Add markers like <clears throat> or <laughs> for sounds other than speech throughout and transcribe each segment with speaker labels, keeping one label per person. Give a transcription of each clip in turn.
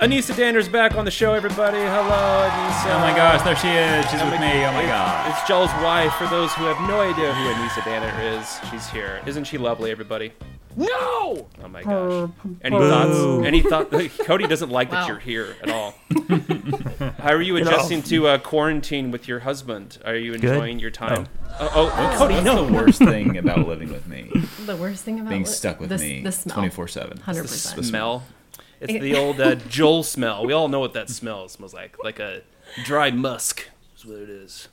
Speaker 1: Anissa Dander's back on the show, everybody. Hello, Anissa.
Speaker 2: Oh my gosh, there she is. She's with me. Oh my
Speaker 1: It-
Speaker 2: god.
Speaker 1: It's Joel's wife. For those who have no idea who Anissa Danner is, she's here. Isn't she lovely, everybody?
Speaker 3: No!
Speaker 1: Oh my gosh. Any
Speaker 2: Boo.
Speaker 1: thoughts? Any thoughts? <laughs> Cody doesn't like
Speaker 3: Wow.
Speaker 1: that you're here at
Speaker 2: <laughs>
Speaker 1: all. How are you adjusting to uh, quarantine with your husband? Are you enjoying your time? Oh, oh, Cody,
Speaker 2: That's
Speaker 1: no.
Speaker 2: the worst thing about living with me.
Speaker 3: The worst thing about
Speaker 2: Being
Speaker 3: li-
Speaker 2: stuck with
Speaker 3: the,
Speaker 2: me
Speaker 3: the smell.
Speaker 2: 24 7.
Speaker 3: 100%.
Speaker 1: smell. It's the old uh, Joel smell. We all know what that smell smells like. Like a dry musk is what it is.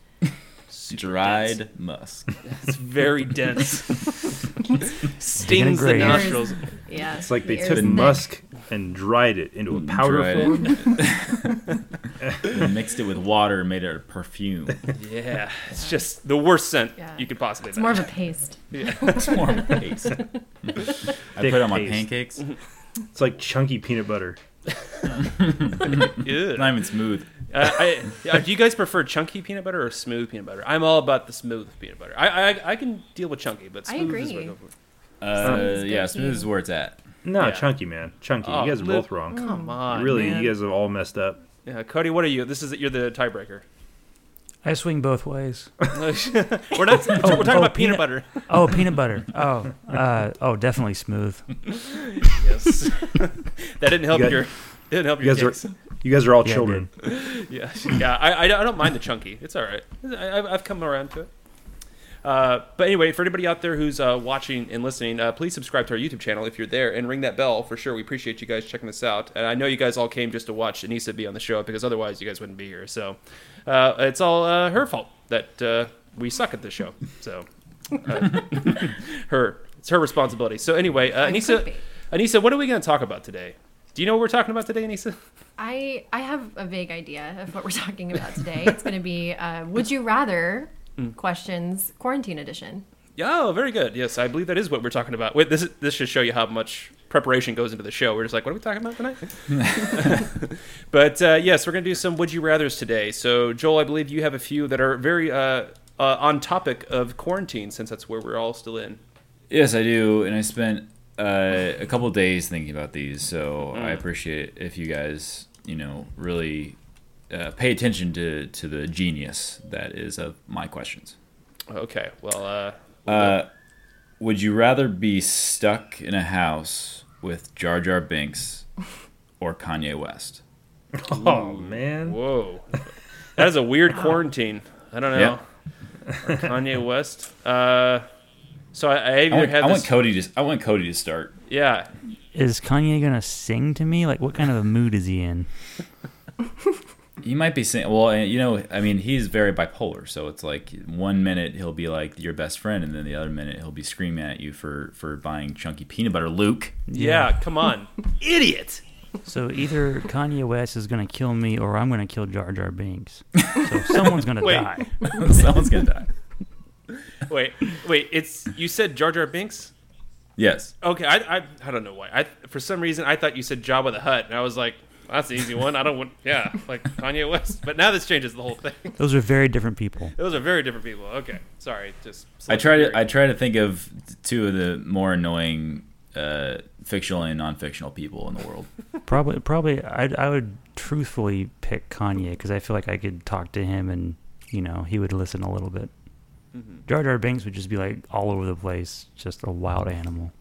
Speaker 2: Dried musk.
Speaker 1: It's very <laughs> dense.
Speaker 4: Digging in
Speaker 1: Stings the
Speaker 4: grave.
Speaker 1: nostrils.
Speaker 3: Yeah.
Speaker 5: It's like they
Speaker 3: the air's
Speaker 5: took
Speaker 3: thick.
Speaker 5: musk and dried it into
Speaker 1: Mm,
Speaker 5: a powder
Speaker 2: Dried
Speaker 5: form.
Speaker 2: it. They <laughs> mixed it with water and made it a perfume.
Speaker 1: Yeah, it's just the worst scent
Speaker 3: Yeah.
Speaker 1: you could possibly.
Speaker 3: It's more of a paste.
Speaker 2: It's more of a paste. I put it on my
Speaker 5: paste.
Speaker 2: pancakes. It's
Speaker 5: It's like chunky peanut butter.
Speaker 1: Ew.
Speaker 2: not even smooth.
Speaker 1: Uh, I, uh, do you guys prefer chunky peanut butter or smooth peanut butter? I'm all about the smooth peanut butter. I I, I can deal with chunky, but
Speaker 3: I
Speaker 1: smooth is
Speaker 3: agree.
Speaker 1: what I go for.
Speaker 2: Uh,
Speaker 3: good
Speaker 2: yeah,
Speaker 3: for
Speaker 2: smooth
Speaker 3: you.
Speaker 2: is where it's at.
Speaker 5: No,
Speaker 1: Yeah.
Speaker 5: chunky man, chunky.
Speaker 1: Oh,
Speaker 5: you guys are
Speaker 1: Luke-
Speaker 5: both wrong.
Speaker 1: Come
Speaker 3: Mm.
Speaker 1: on,
Speaker 5: really,
Speaker 1: man.
Speaker 5: you guys are all messed up.
Speaker 1: Yeah, Cody, what are you? This is you're the tiebreaker. <laughs>
Speaker 4: I swing both ways.
Speaker 1: we're not. We're talking
Speaker 4: oh,
Speaker 1: about peanut
Speaker 4: peanut-
Speaker 1: butter.
Speaker 4: Oh, peanut butter. Oh, uh, oh, definitely smooth.
Speaker 1: Yes. <laughs> that didn't help
Speaker 5: You got-
Speaker 1: your. Didn't help
Speaker 5: You
Speaker 1: your
Speaker 5: guys
Speaker 1: case.
Speaker 5: are, you guys are all
Speaker 4: Yeah,
Speaker 5: children.
Speaker 1: <laughs> Yeah, yeah. I, I, I don't mind the chunky. It's all right. I, I've, I've come around to it. Uh, but anyway, for anybody out there who's uh, watching and listening, uh, please subscribe to our YouTube channel if you're there, and ring that bell for sure. We appreciate you guys checking us out, and I know you guys all came just to watch Anissa be on the show because otherwise you guys wouldn't be here. So uh, it's all uh, her fault that uh, we suck at this show. So uh, <laughs> her, it's her responsibility. So anyway, uh,
Speaker 3: I
Speaker 1: Anissa,
Speaker 3: could
Speaker 1: Anissa, what are we going to talk about today? Do you know what we're talking about today, Anissa?
Speaker 3: I, I have a vague idea of what we're <laughs> talking about today. It's going to be uh, Would You Rather Questions Quarantine Edition.
Speaker 1: Yeah, Oh, very good. Yes, I believe that is what we're talking about. Wait, this is, this should show you how much preparation goes into the show. We're just like, what are we talking about tonight?
Speaker 2: <laughs>
Speaker 1: but uh, yes, we're going to do some would you rather's today. So, Joel, I believe you have a few that are very uh, uh, on topic of quarantine, since that's where we're all still in.
Speaker 2: Yes, I do, and I spent uh, a couple of days thinking about these, so I appreciate if you guys, you know, really uh, pay attention to to the genius that is of my questions.
Speaker 1: Okay. Well, uh,
Speaker 2: Uh, would you rather be stuck in a house with Jar Jar Binks or Kanye West?
Speaker 5: Oh man,
Speaker 1: whoa, that is a weird quarantine. I don't know.
Speaker 2: Yeah.
Speaker 1: Or Kanye West. Uh, so I, I either
Speaker 2: I want,
Speaker 1: have
Speaker 2: I want
Speaker 1: this.
Speaker 2: Cody to. I want Cody to start.
Speaker 1: yeah.
Speaker 4: Is Kanye gonna sing to me? Like, what kind of a mood is he in?
Speaker 2: He might be saying, well, you know, I mean, he's very bipolar. So it's like one minute he'll be like your best friend, and then the other minute he'll be screaming at you for for buying chunky peanut butter, Luke. <laughs>
Speaker 1: Yeah. Come on, idiot.
Speaker 4: So either Kanye West is gonna kill me, or I'm gonna kill Jar Jar Binks. So someone's gonna
Speaker 1: Wait.
Speaker 4: die.
Speaker 2: Someone's gonna die.
Speaker 1: Wait, wait. It's you said Jar Jar Binks.
Speaker 2: Yes.
Speaker 1: Okay, I, I I don't know why. I for some reason I thought you said Jabba the Hutt, and I was like, that's an easy one. I don't want <laughs> yeah, like Kanye West. But now this changes the whole thing. <laughs>
Speaker 4: Those are very different people.
Speaker 1: Those are very different people. Okay, sorry. Just
Speaker 2: I try to I try to think of two of the more annoying uh, fictional and non-fictional people in the world. <laughs>
Speaker 4: Probably, probably, I'd, I would truthfully pick Kanye because I feel like I could talk to him, and you know, he would listen a little bit. Jar Jar Binks would just be like all over the place, just a wild animal.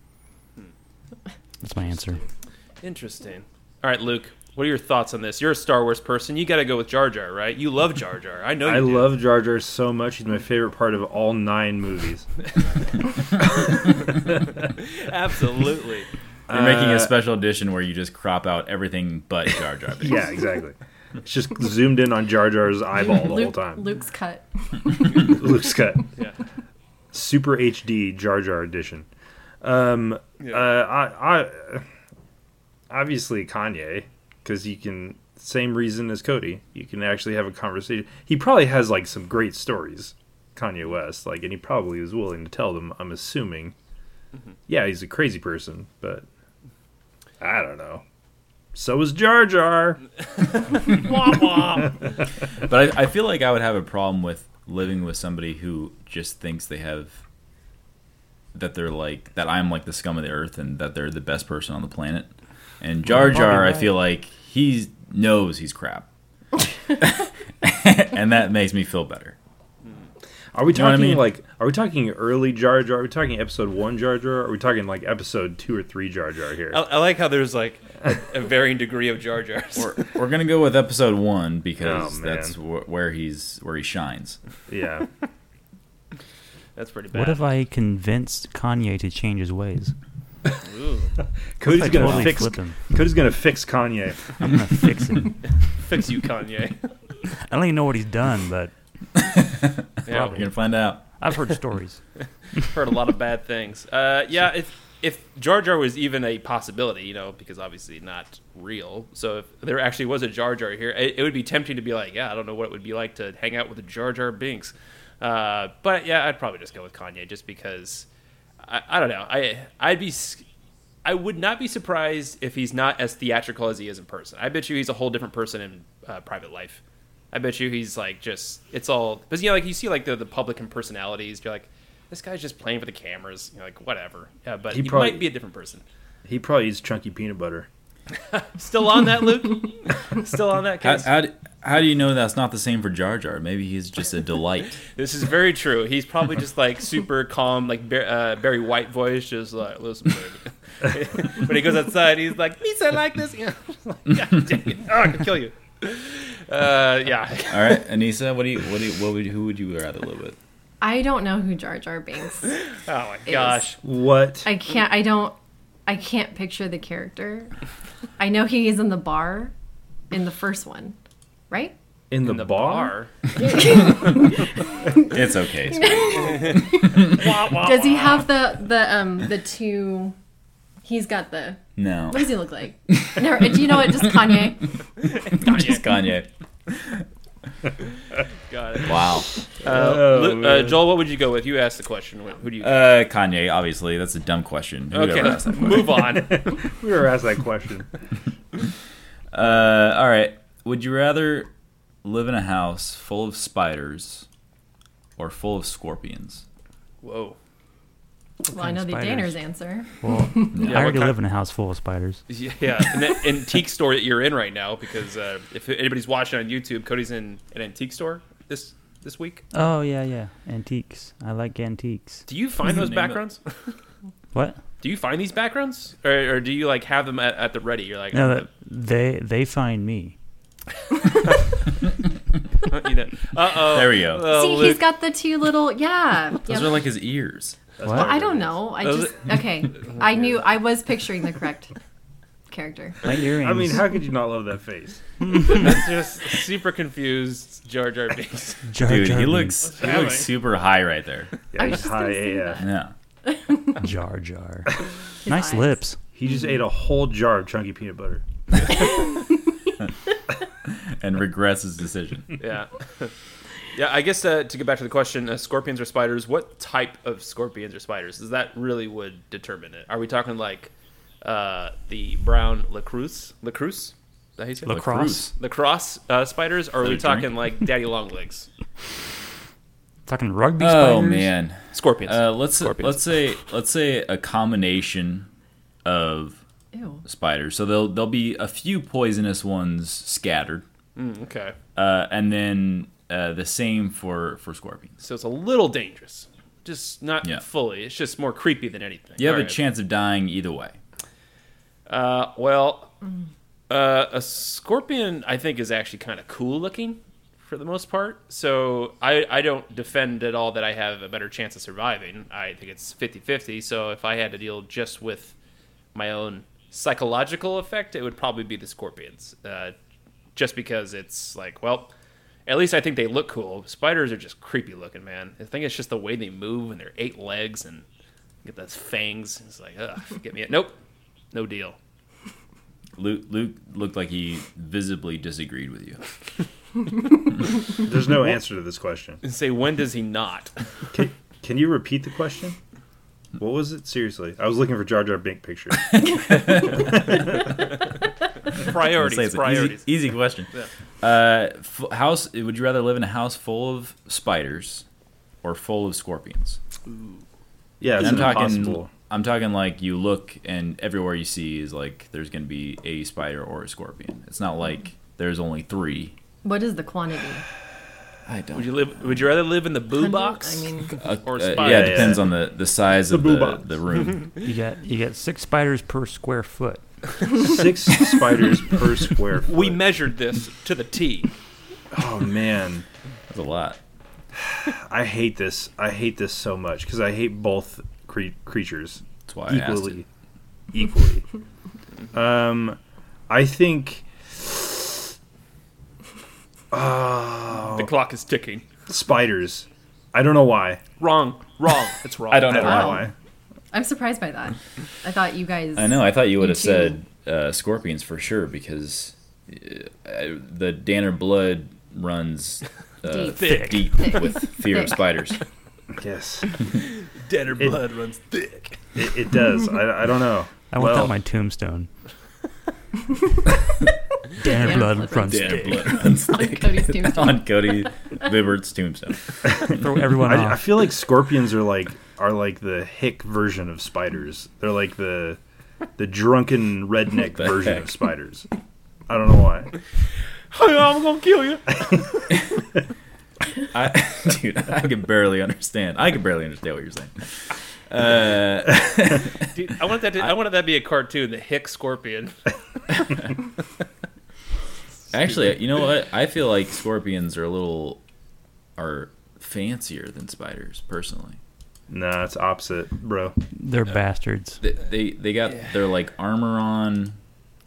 Speaker 4: That's my answer.
Speaker 1: Interesting. All right, Luke. What are your thoughts on this? You're a Star Wars person. You got to go with Jar Jar, right? You love Jar Jar. I know. You
Speaker 5: <laughs> I
Speaker 1: do.
Speaker 5: love Jar Jar so much. He's my favorite part of all nine
Speaker 1: <laughs>
Speaker 5: movies.
Speaker 1: <laughs> Absolutely.
Speaker 2: You're making
Speaker 5: Uh,
Speaker 2: a special edition where you just crop out everything but Jar Jar. Binks.
Speaker 5: Yeah, exactly. It's just zoomed in on Jar Jar's eyeball the whole
Speaker 3: Luke,
Speaker 5: time.
Speaker 3: Luke's cut.
Speaker 5: Luke's cut.
Speaker 1: <laughs> Yeah.
Speaker 5: Super HD Jar Jar edition. Um,
Speaker 1: Yeah.
Speaker 5: uh, I, I, obviously Kanye, because you can same reason as Cody. You can actually have a conversation. He probably has like some great stories, Kanye West. Like, and he probably was willing to tell them. I'm assuming.
Speaker 1: Mm-hmm.
Speaker 5: Yeah, he's a crazy person, but I don't know. So is Jar Jar.
Speaker 1: Wah, wah.
Speaker 2: But I, I feel like I would have a problem with living with somebody who just thinks they have that they're like that I'm like the scum of the earth and that they're the best person on the planet. And Jar Jar,
Speaker 4: probably
Speaker 2: I feel like he knows he's crap, and that makes me feel better.
Speaker 5: Are we
Speaker 2: know what I
Speaker 5: talking
Speaker 2: mean?
Speaker 5: like? Are we talking early Jar Jar? Are we talking episode one Jar Jar? Are we talking like episode two or three Jar Jar here?
Speaker 1: I, I like how there's like a varying degree of Jar Jars.
Speaker 2: We're, we're gonna go with episode one because
Speaker 5: Oh, man.
Speaker 2: that's wh- where he's where he shines.
Speaker 1: <laughs>
Speaker 5: Yeah,
Speaker 1: <laughs> That's pretty bad.
Speaker 4: What if I convinced Kanye to change his ways?
Speaker 1: Ooh.
Speaker 5: Cody's
Speaker 4: I
Speaker 5: gonna
Speaker 4: totally
Speaker 5: fix.
Speaker 4: flip him.
Speaker 5: Cody's gonna fix Kanye.
Speaker 2: <laughs>
Speaker 4: I'm gonna fix him.
Speaker 1: Fix you, Kanye.
Speaker 4: I don't even know what he's done, but
Speaker 1: yeah,
Speaker 2: We're gonna find out.
Speaker 4: I've heard stories.
Speaker 1: <laughs> heard a lot of bad things. Uh, yeah, if if Jar Jar was even a possibility, you know, because obviously not real. So if there actually was a Jar Jar here, it, it would be tempting to be like, yeah, I don't know what it would be like to hang out with a Jar Jar Binks. Uh, but yeah, I'd probably just go with Kanye just because I, I don't know. I I'd be s- I would not be surprised if he's not as theatrical as he is in person. I bet you he's a whole different person in uh, private life. I bet you he's like just it's all because you know like you see like the the public and personalities. You're like this guy's just playing for the cameras. You're like whatever. Yeah, but
Speaker 5: He
Speaker 1: he,
Speaker 5: probably-
Speaker 1: might be a different person.
Speaker 5: He probably eats chunky peanut butter.
Speaker 1: Still on that, <laughs> Luke. Still on that.
Speaker 2: How,
Speaker 1: Case.
Speaker 2: how, do, how do you know that's not the same for Jar Jar? Maybe he's just a delight.
Speaker 1: This is very true. He's probably just like super calm, like Bar- uh, Barry White voice, just like listen. Baby. <laughs> when he goes outside, he's like, "Me so like this." <laughs> You know, like, God dang it! Oh, I can kill you. Uh, yeah,
Speaker 2: All right, Anissa, what do you what do you, what would who would you rather live with?
Speaker 3: I don't know who Jar Jar Binks.
Speaker 1: Oh my gosh.
Speaker 5: What?
Speaker 3: I can't. I don't. I can't picture the character. I know he is in the bar, in the first one,
Speaker 5: <laughs>
Speaker 3: right?
Speaker 5: in the,
Speaker 1: The bar.
Speaker 5: bar?
Speaker 2: It's okay. it's fine.
Speaker 3: Does he have the the um the two? He's got the.
Speaker 2: No,
Speaker 3: What does he look like? Never, do you know
Speaker 2: <laughs>
Speaker 3: what? Just Kanye.
Speaker 2: just Kanye.
Speaker 1: Got it.
Speaker 2: Wow.
Speaker 5: Oh,
Speaker 1: Uh, Lu- uh,
Speaker 5: <laughs> man.
Speaker 1: Joel, what would you go with? You asked the question. Who do you?
Speaker 2: Uh, Kanye, obviously, that's a dumb question. Who
Speaker 1: okay,
Speaker 2: ever asked that question?
Speaker 1: move
Speaker 5: <laughs>
Speaker 1: on.
Speaker 5: we were asked that question.
Speaker 2: Uh, all right. Would you rather live in a house full of spiders or full of
Speaker 1: <laughs>
Speaker 2: scorpions?
Speaker 1: Whoa.
Speaker 3: Well, I know the
Speaker 4: Spiders.
Speaker 3: Danner's answer.
Speaker 4: Well,
Speaker 1: Yeah,
Speaker 4: <laughs> I
Speaker 1: what
Speaker 4: already
Speaker 1: kind-
Speaker 4: live in a house full of spiders.
Speaker 1: Yeah, an an antique store that you're in right now. Because uh, if anybody's watching on YouTube, Cody's in an antique store this this week.
Speaker 4: Oh yeah, yeah, antiques. I like antiques.
Speaker 1: Do you find
Speaker 2: the
Speaker 1: those
Speaker 2: name of-
Speaker 1: backgrounds? <laughs>
Speaker 4: What?
Speaker 1: Do you find these backgrounds, or, or do you like have them at, at the ready? You're like,
Speaker 4: No,
Speaker 1: oh,
Speaker 4: that they they find me.
Speaker 1: you
Speaker 3: <laughs>
Speaker 1: know, uh oh.
Speaker 2: There we go.
Speaker 3: See, he's got the two little. Yeah.
Speaker 2: Those
Speaker 3: yeah.
Speaker 2: are like his ears.
Speaker 3: Well, I don't know. I
Speaker 1: Those
Speaker 3: just okay. I knew I was picturing the correct character.
Speaker 4: My earrings.
Speaker 5: I mean, how could you not love that face?
Speaker 1: <laughs> just super confused Jar Jar Binks.
Speaker 4: <laughs>
Speaker 1: <laughs>
Speaker 4: Jar
Speaker 2: Dude,
Speaker 4: Jar
Speaker 2: he
Speaker 4: Binks.
Speaker 2: looks he looks super high right there.
Speaker 5: Yeah,
Speaker 3: I was
Speaker 5: he's
Speaker 3: just gonna
Speaker 5: high
Speaker 3: say
Speaker 5: AF.
Speaker 2: Yeah.
Speaker 5: <laughs>
Speaker 4: Jar Jar.
Speaker 3: eyes.
Speaker 4: nice lips.
Speaker 5: He just ate a whole jar of chunky peanut butter.
Speaker 2: And regrets his decision.
Speaker 1: yeah. <laughs> Yeah, I guess uh, to get back to the question, uh, scorpions or spiders, what type of scorpions or spiders? Is that really would determine it? Are we talking like uh, the brown lacrosse? Lacrosse? Is that how you say it?
Speaker 4: Lacrosse.
Speaker 1: Lacrosse uh, spiders? Or are we
Speaker 2: Is that a
Speaker 1: talking
Speaker 2: drink?
Speaker 1: like daddy long legs?
Speaker 4: Talking rugby spiders.
Speaker 2: Oh man.
Speaker 1: Scorpions.
Speaker 2: Uh, let's
Speaker 1: Scorpions.
Speaker 2: let's say let's say a combination of
Speaker 3: Ew.
Speaker 2: spiders. So there'll there'll be a few poisonous ones scattered,
Speaker 1: Mm, okay.
Speaker 2: uh, and then uh, the same for for scorpions.
Speaker 1: So it's a little dangerous. Just not
Speaker 2: Yeah.
Speaker 1: fully. It's just more creepy than anything.
Speaker 2: You have
Speaker 1: All
Speaker 2: a
Speaker 1: right.
Speaker 2: chance of dying either way.
Speaker 1: Uh, well, uh, a scorpion I think is actually kind of cool looking for the most part. So I, I don't defend at all that I have a better chance of surviving. I think it's 50 50. So if I had to deal just with my own psychological effect, it would probably be the scorpions. Uh, just because it's like, well, at least I think they look cool. Spiders are just creepy looking, man. I think it's just the way they move and their eight legs and get those fangs. It's like, ugh, get me. Nope, no deal.
Speaker 2: Luke, Luke looked like he visibly disagreed with you. <laughs>
Speaker 5: There's no answer to this question.
Speaker 1: and say when does he not?
Speaker 5: Can, can you repeat the question? What was it? Seriously, I was looking for Jar Jar
Speaker 2: <laughs>
Speaker 5: Bink picture.
Speaker 1: priorities,
Speaker 2: Let's say it's an
Speaker 1: priorities.
Speaker 2: Easy, easy question. Uh, f- house? Would you rather live in a house full of spiders or full of scorpions?
Speaker 5: Yeah, it's
Speaker 2: I'm talking- <laughs>
Speaker 5: impossible.
Speaker 2: I'm talking like you look and everywhere you see is like there's going to be a spider or a scorpion. It's not like there's only three.
Speaker 3: What is the quantity?
Speaker 2: I don't.
Speaker 1: Would you live? Would you rather live in the boo
Speaker 3: Hundred-
Speaker 1: box
Speaker 3: I mean,
Speaker 1: or
Speaker 2: Uh,
Speaker 1: spider?
Speaker 2: yeah,
Speaker 5: yeah,
Speaker 2: it depends on the, the size of
Speaker 5: boo
Speaker 2: the,
Speaker 5: box.
Speaker 1: <laughs>
Speaker 2: the room.
Speaker 4: You got you got six spiders per square foot.
Speaker 5: Six spiders per
Speaker 2: <laughs>
Speaker 5: square foot.
Speaker 1: We measured this to the T.
Speaker 5: oh man,
Speaker 2: That's a lot.
Speaker 5: I hate this. I hate this so much because I hate both cre- creatures
Speaker 2: That's why I asked.
Speaker 5: equally.
Speaker 2: It.
Speaker 5: Equally. um, I think
Speaker 1: The clock is ticking.
Speaker 5: uh, spiders. I don't know why.
Speaker 1: Wrong, wrong. It's wrong.
Speaker 2: I don't know.
Speaker 5: I don't know
Speaker 3: Wow.
Speaker 5: why.
Speaker 3: I'm surprised by that. I thought you guys.
Speaker 2: I know. I thought you would
Speaker 3: Me
Speaker 2: have said uh, scorpions for sure because uh, I- the Danner blood runs uh,
Speaker 3: Deep.
Speaker 1: <laughs> Thick.
Speaker 2: thick, deep with fear of
Speaker 3: Thick.
Speaker 2: spiders.
Speaker 5: Yes,
Speaker 1: Dead or
Speaker 5: It-
Speaker 1: blood runs thick.
Speaker 5: it, it does. I, I don't know.
Speaker 4: I want that
Speaker 5: well,
Speaker 4: on
Speaker 5: <laughs>
Speaker 4: my tombstone. Damn blood runs
Speaker 2: Danner
Speaker 4: thick.
Speaker 2: blood runs
Speaker 3: On
Speaker 2: thick
Speaker 3: Cody's
Speaker 2: <laughs>
Speaker 3: tombstone.
Speaker 2: on Cody Bibbert's tombstone.
Speaker 4: Throw everyone
Speaker 5: I, I
Speaker 4: off.
Speaker 5: feel like scorpions are like are like the hick version of spiders. They're like the the drunken
Speaker 2: <laughs>
Speaker 5: redneck
Speaker 2: the
Speaker 5: version
Speaker 2: heck?
Speaker 5: of spiders. I don't know why.
Speaker 1: <laughs>
Speaker 5: <laughs>
Speaker 1: I'm gonna kill you.
Speaker 2: I, <laughs> dude, I can barely understand. I can barely understand what you're saying. Uh,
Speaker 1: Dude, I wanted that. To, I, wanted that to be a cartoon. The Hick Scorpion.
Speaker 2: <laughs> actually, you know what? I feel like scorpions are a little are fancier than spiders. Personally,
Speaker 5: Nah, it's opposite, bro.
Speaker 4: They're bastards.
Speaker 2: they they, they got their like armor on.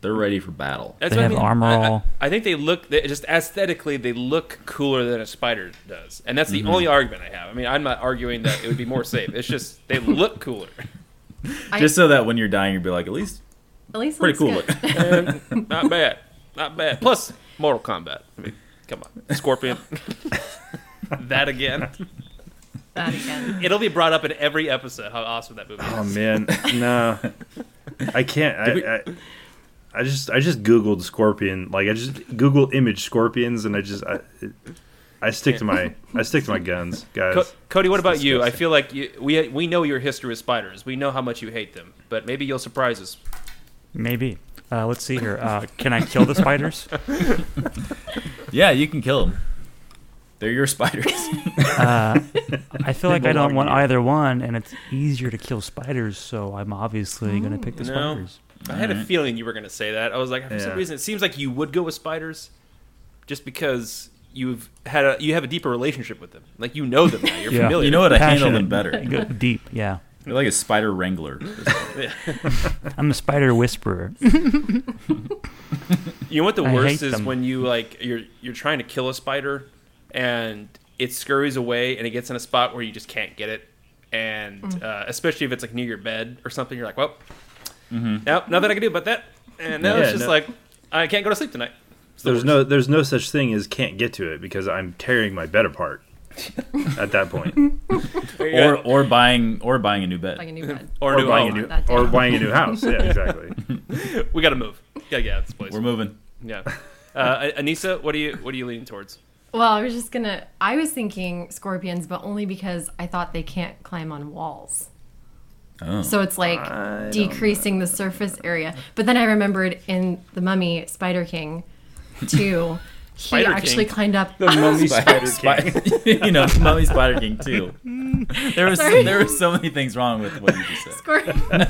Speaker 2: They're ready for battle.
Speaker 1: That's
Speaker 4: They
Speaker 1: what I
Speaker 4: have
Speaker 1: mean.
Speaker 4: armor
Speaker 1: I, I-
Speaker 4: all.
Speaker 1: I think they look they, just aesthetically. They look cooler than a spider does, and that's the
Speaker 2: Mm-hmm.
Speaker 1: only argument I have. I mean, I'm not arguing that it would be more safe. It's just they look cooler.
Speaker 3: I-
Speaker 2: Just so that when you're dying, you'll be like, at least
Speaker 3: At least it
Speaker 2: pretty cool.
Speaker 3: looks <laughs> good.
Speaker 2: <laughs>
Speaker 1: Um, Not bad. Not bad. Plus, Mortal Kombat. I mean, come on, Scorpion. <laughs> that again.
Speaker 3: that again.
Speaker 1: It'll be brought up in every episode. How awesome that movie is.
Speaker 5: Oh man, no, I can't.
Speaker 2: we-
Speaker 5: I, I, I just I just googled scorpion. Like I just googled image scorpions, and I just I, I stick to my I stick to my guns, guys.
Speaker 1: Co- Cody, what about you? I
Speaker 2: disgusting.
Speaker 1: feel like you, we we know your history with spiders. We know how much you hate them, but maybe you'll surprise us.
Speaker 4: Maybe. Uh, let's see here.
Speaker 1: <laughs>
Speaker 4: Uh, can I kill the spiders?
Speaker 2: Yeah, you can kill them. They're your spiders.
Speaker 4: Uh, I feel like I don't
Speaker 5: belong
Speaker 4: want
Speaker 5: to you.
Speaker 4: either one, and it's easier to kill spiders, so I'm obviously going to pick the
Speaker 1: Oh, No.
Speaker 4: spiders.
Speaker 1: I had a
Speaker 2: Alright.
Speaker 1: feeling you were going to say that. I was like, for some
Speaker 5: Yeah.
Speaker 1: reason, it seems like you would go with spiders, just because you've had a you have a deeper relationship with them. Like you know them now. You're
Speaker 4: Yeah.
Speaker 1: familiar.
Speaker 2: you know what? I handle
Speaker 4: Passionate.
Speaker 2: them better.
Speaker 4: <laughs> Go deep, yeah.
Speaker 2: They're like a
Speaker 1: <laughs>
Speaker 2: spider wrangler.
Speaker 4: I'm a spider whisperer.
Speaker 1: You know what the
Speaker 4: I
Speaker 1: worst
Speaker 4: hate
Speaker 1: is
Speaker 4: them.
Speaker 1: when you like you're you're trying to kill a spider, and it scurries away and it gets in a spot where you just can't get it, and
Speaker 3: Mm.
Speaker 1: uh, especially if it's like near your bed or something, you're like, well,
Speaker 2: Mm-hmm.
Speaker 1: nope, nothing I can do about that, and now
Speaker 5: Yeah,
Speaker 1: it's just
Speaker 5: no.
Speaker 1: like I can't go to sleep tonight. It's the
Speaker 5: There's
Speaker 1: worst.
Speaker 5: no there's no such thing as can't get to it because I'm tearing my bed apart. At that point,
Speaker 2: or or buying or buying a new bed.
Speaker 3: Like a new bed.
Speaker 1: "Oh, or,
Speaker 5: or
Speaker 1: no,
Speaker 5: buying a
Speaker 1: oh,
Speaker 5: new
Speaker 3: that
Speaker 5: or
Speaker 3: down.
Speaker 5: buying a new house. Yeah, exactly.
Speaker 1: We gotta move. Yeah, yeah, this place.
Speaker 2: We're moving.
Speaker 1: yeah. Uh, Anissa, what are you what are you leaning towards?
Speaker 3: Well, I was just gonna. I was thinking scorpions, but only because I thought they can't climb on walls.
Speaker 2: Oh.
Speaker 3: So it's like decreasing the surface area. But then I remembered in the Mummy Spider King,
Speaker 1: <laughs>
Speaker 3: too. He
Speaker 1: Spider
Speaker 3: actually
Speaker 1: King?
Speaker 2: <laughs>
Speaker 3: climbed up. <laughs>
Speaker 5: Mummy
Speaker 2: you know, Mummy Spider King too. There was
Speaker 3: Sorry.
Speaker 2: there were so many things wrong with what you just said. <laughs>
Speaker 3: Scorpion.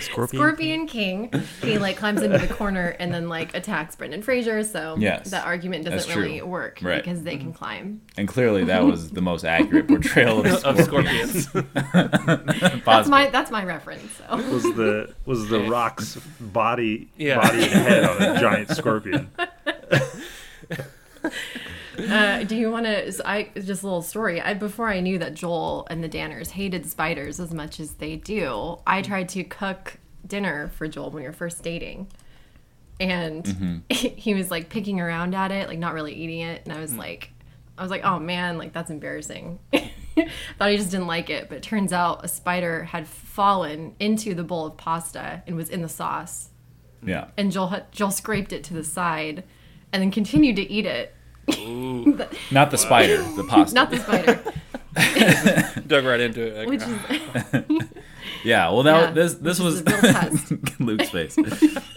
Speaker 4: Scorpion.
Speaker 3: Scorpion King, he like climbs into the corner and then like attacks Brendan Fraser. So
Speaker 2: Yes.
Speaker 3: that argument
Speaker 2: That's
Speaker 3: doesn't really
Speaker 2: true.
Speaker 3: work
Speaker 2: Right.
Speaker 3: because they
Speaker 1: Mm-hmm.
Speaker 3: can climb.
Speaker 2: And clearly, that was the most accurate portrayal of,
Speaker 1: Of scorpions.
Speaker 2: <laughs> Possible.
Speaker 3: That's my that's my reference. So
Speaker 5: Was the was the rock's body
Speaker 1: Yeah.
Speaker 5: body and head on a giant scorpion?
Speaker 3: uh, do you want to? I just a little story. I before I knew that Joel and the Danners hated spiders as much as they do. I tried to cook dinner for Joel when we were first dating. And <laughs> he was like picking around at it, like not really eating it. And I was like, I was like, oh man, like that's embarrassing. <laughs> Thought he just didn't like it, but it turns out a spider had fallen into the bowl of pasta and was in the sauce.
Speaker 2: yeah.
Speaker 3: and Joel had, Joel scraped it to the side, and then continued to eat it.
Speaker 2: Not the spider,
Speaker 3: <laughs>
Speaker 2: the pasta.
Speaker 3: Not the spider,
Speaker 1: Dug right into it.
Speaker 3: which is
Speaker 2: Yeah, well, that
Speaker 3: Yeah.
Speaker 2: this this
Speaker 3: This
Speaker 2: was
Speaker 3: is a real test.
Speaker 2: <laughs> Luke's face.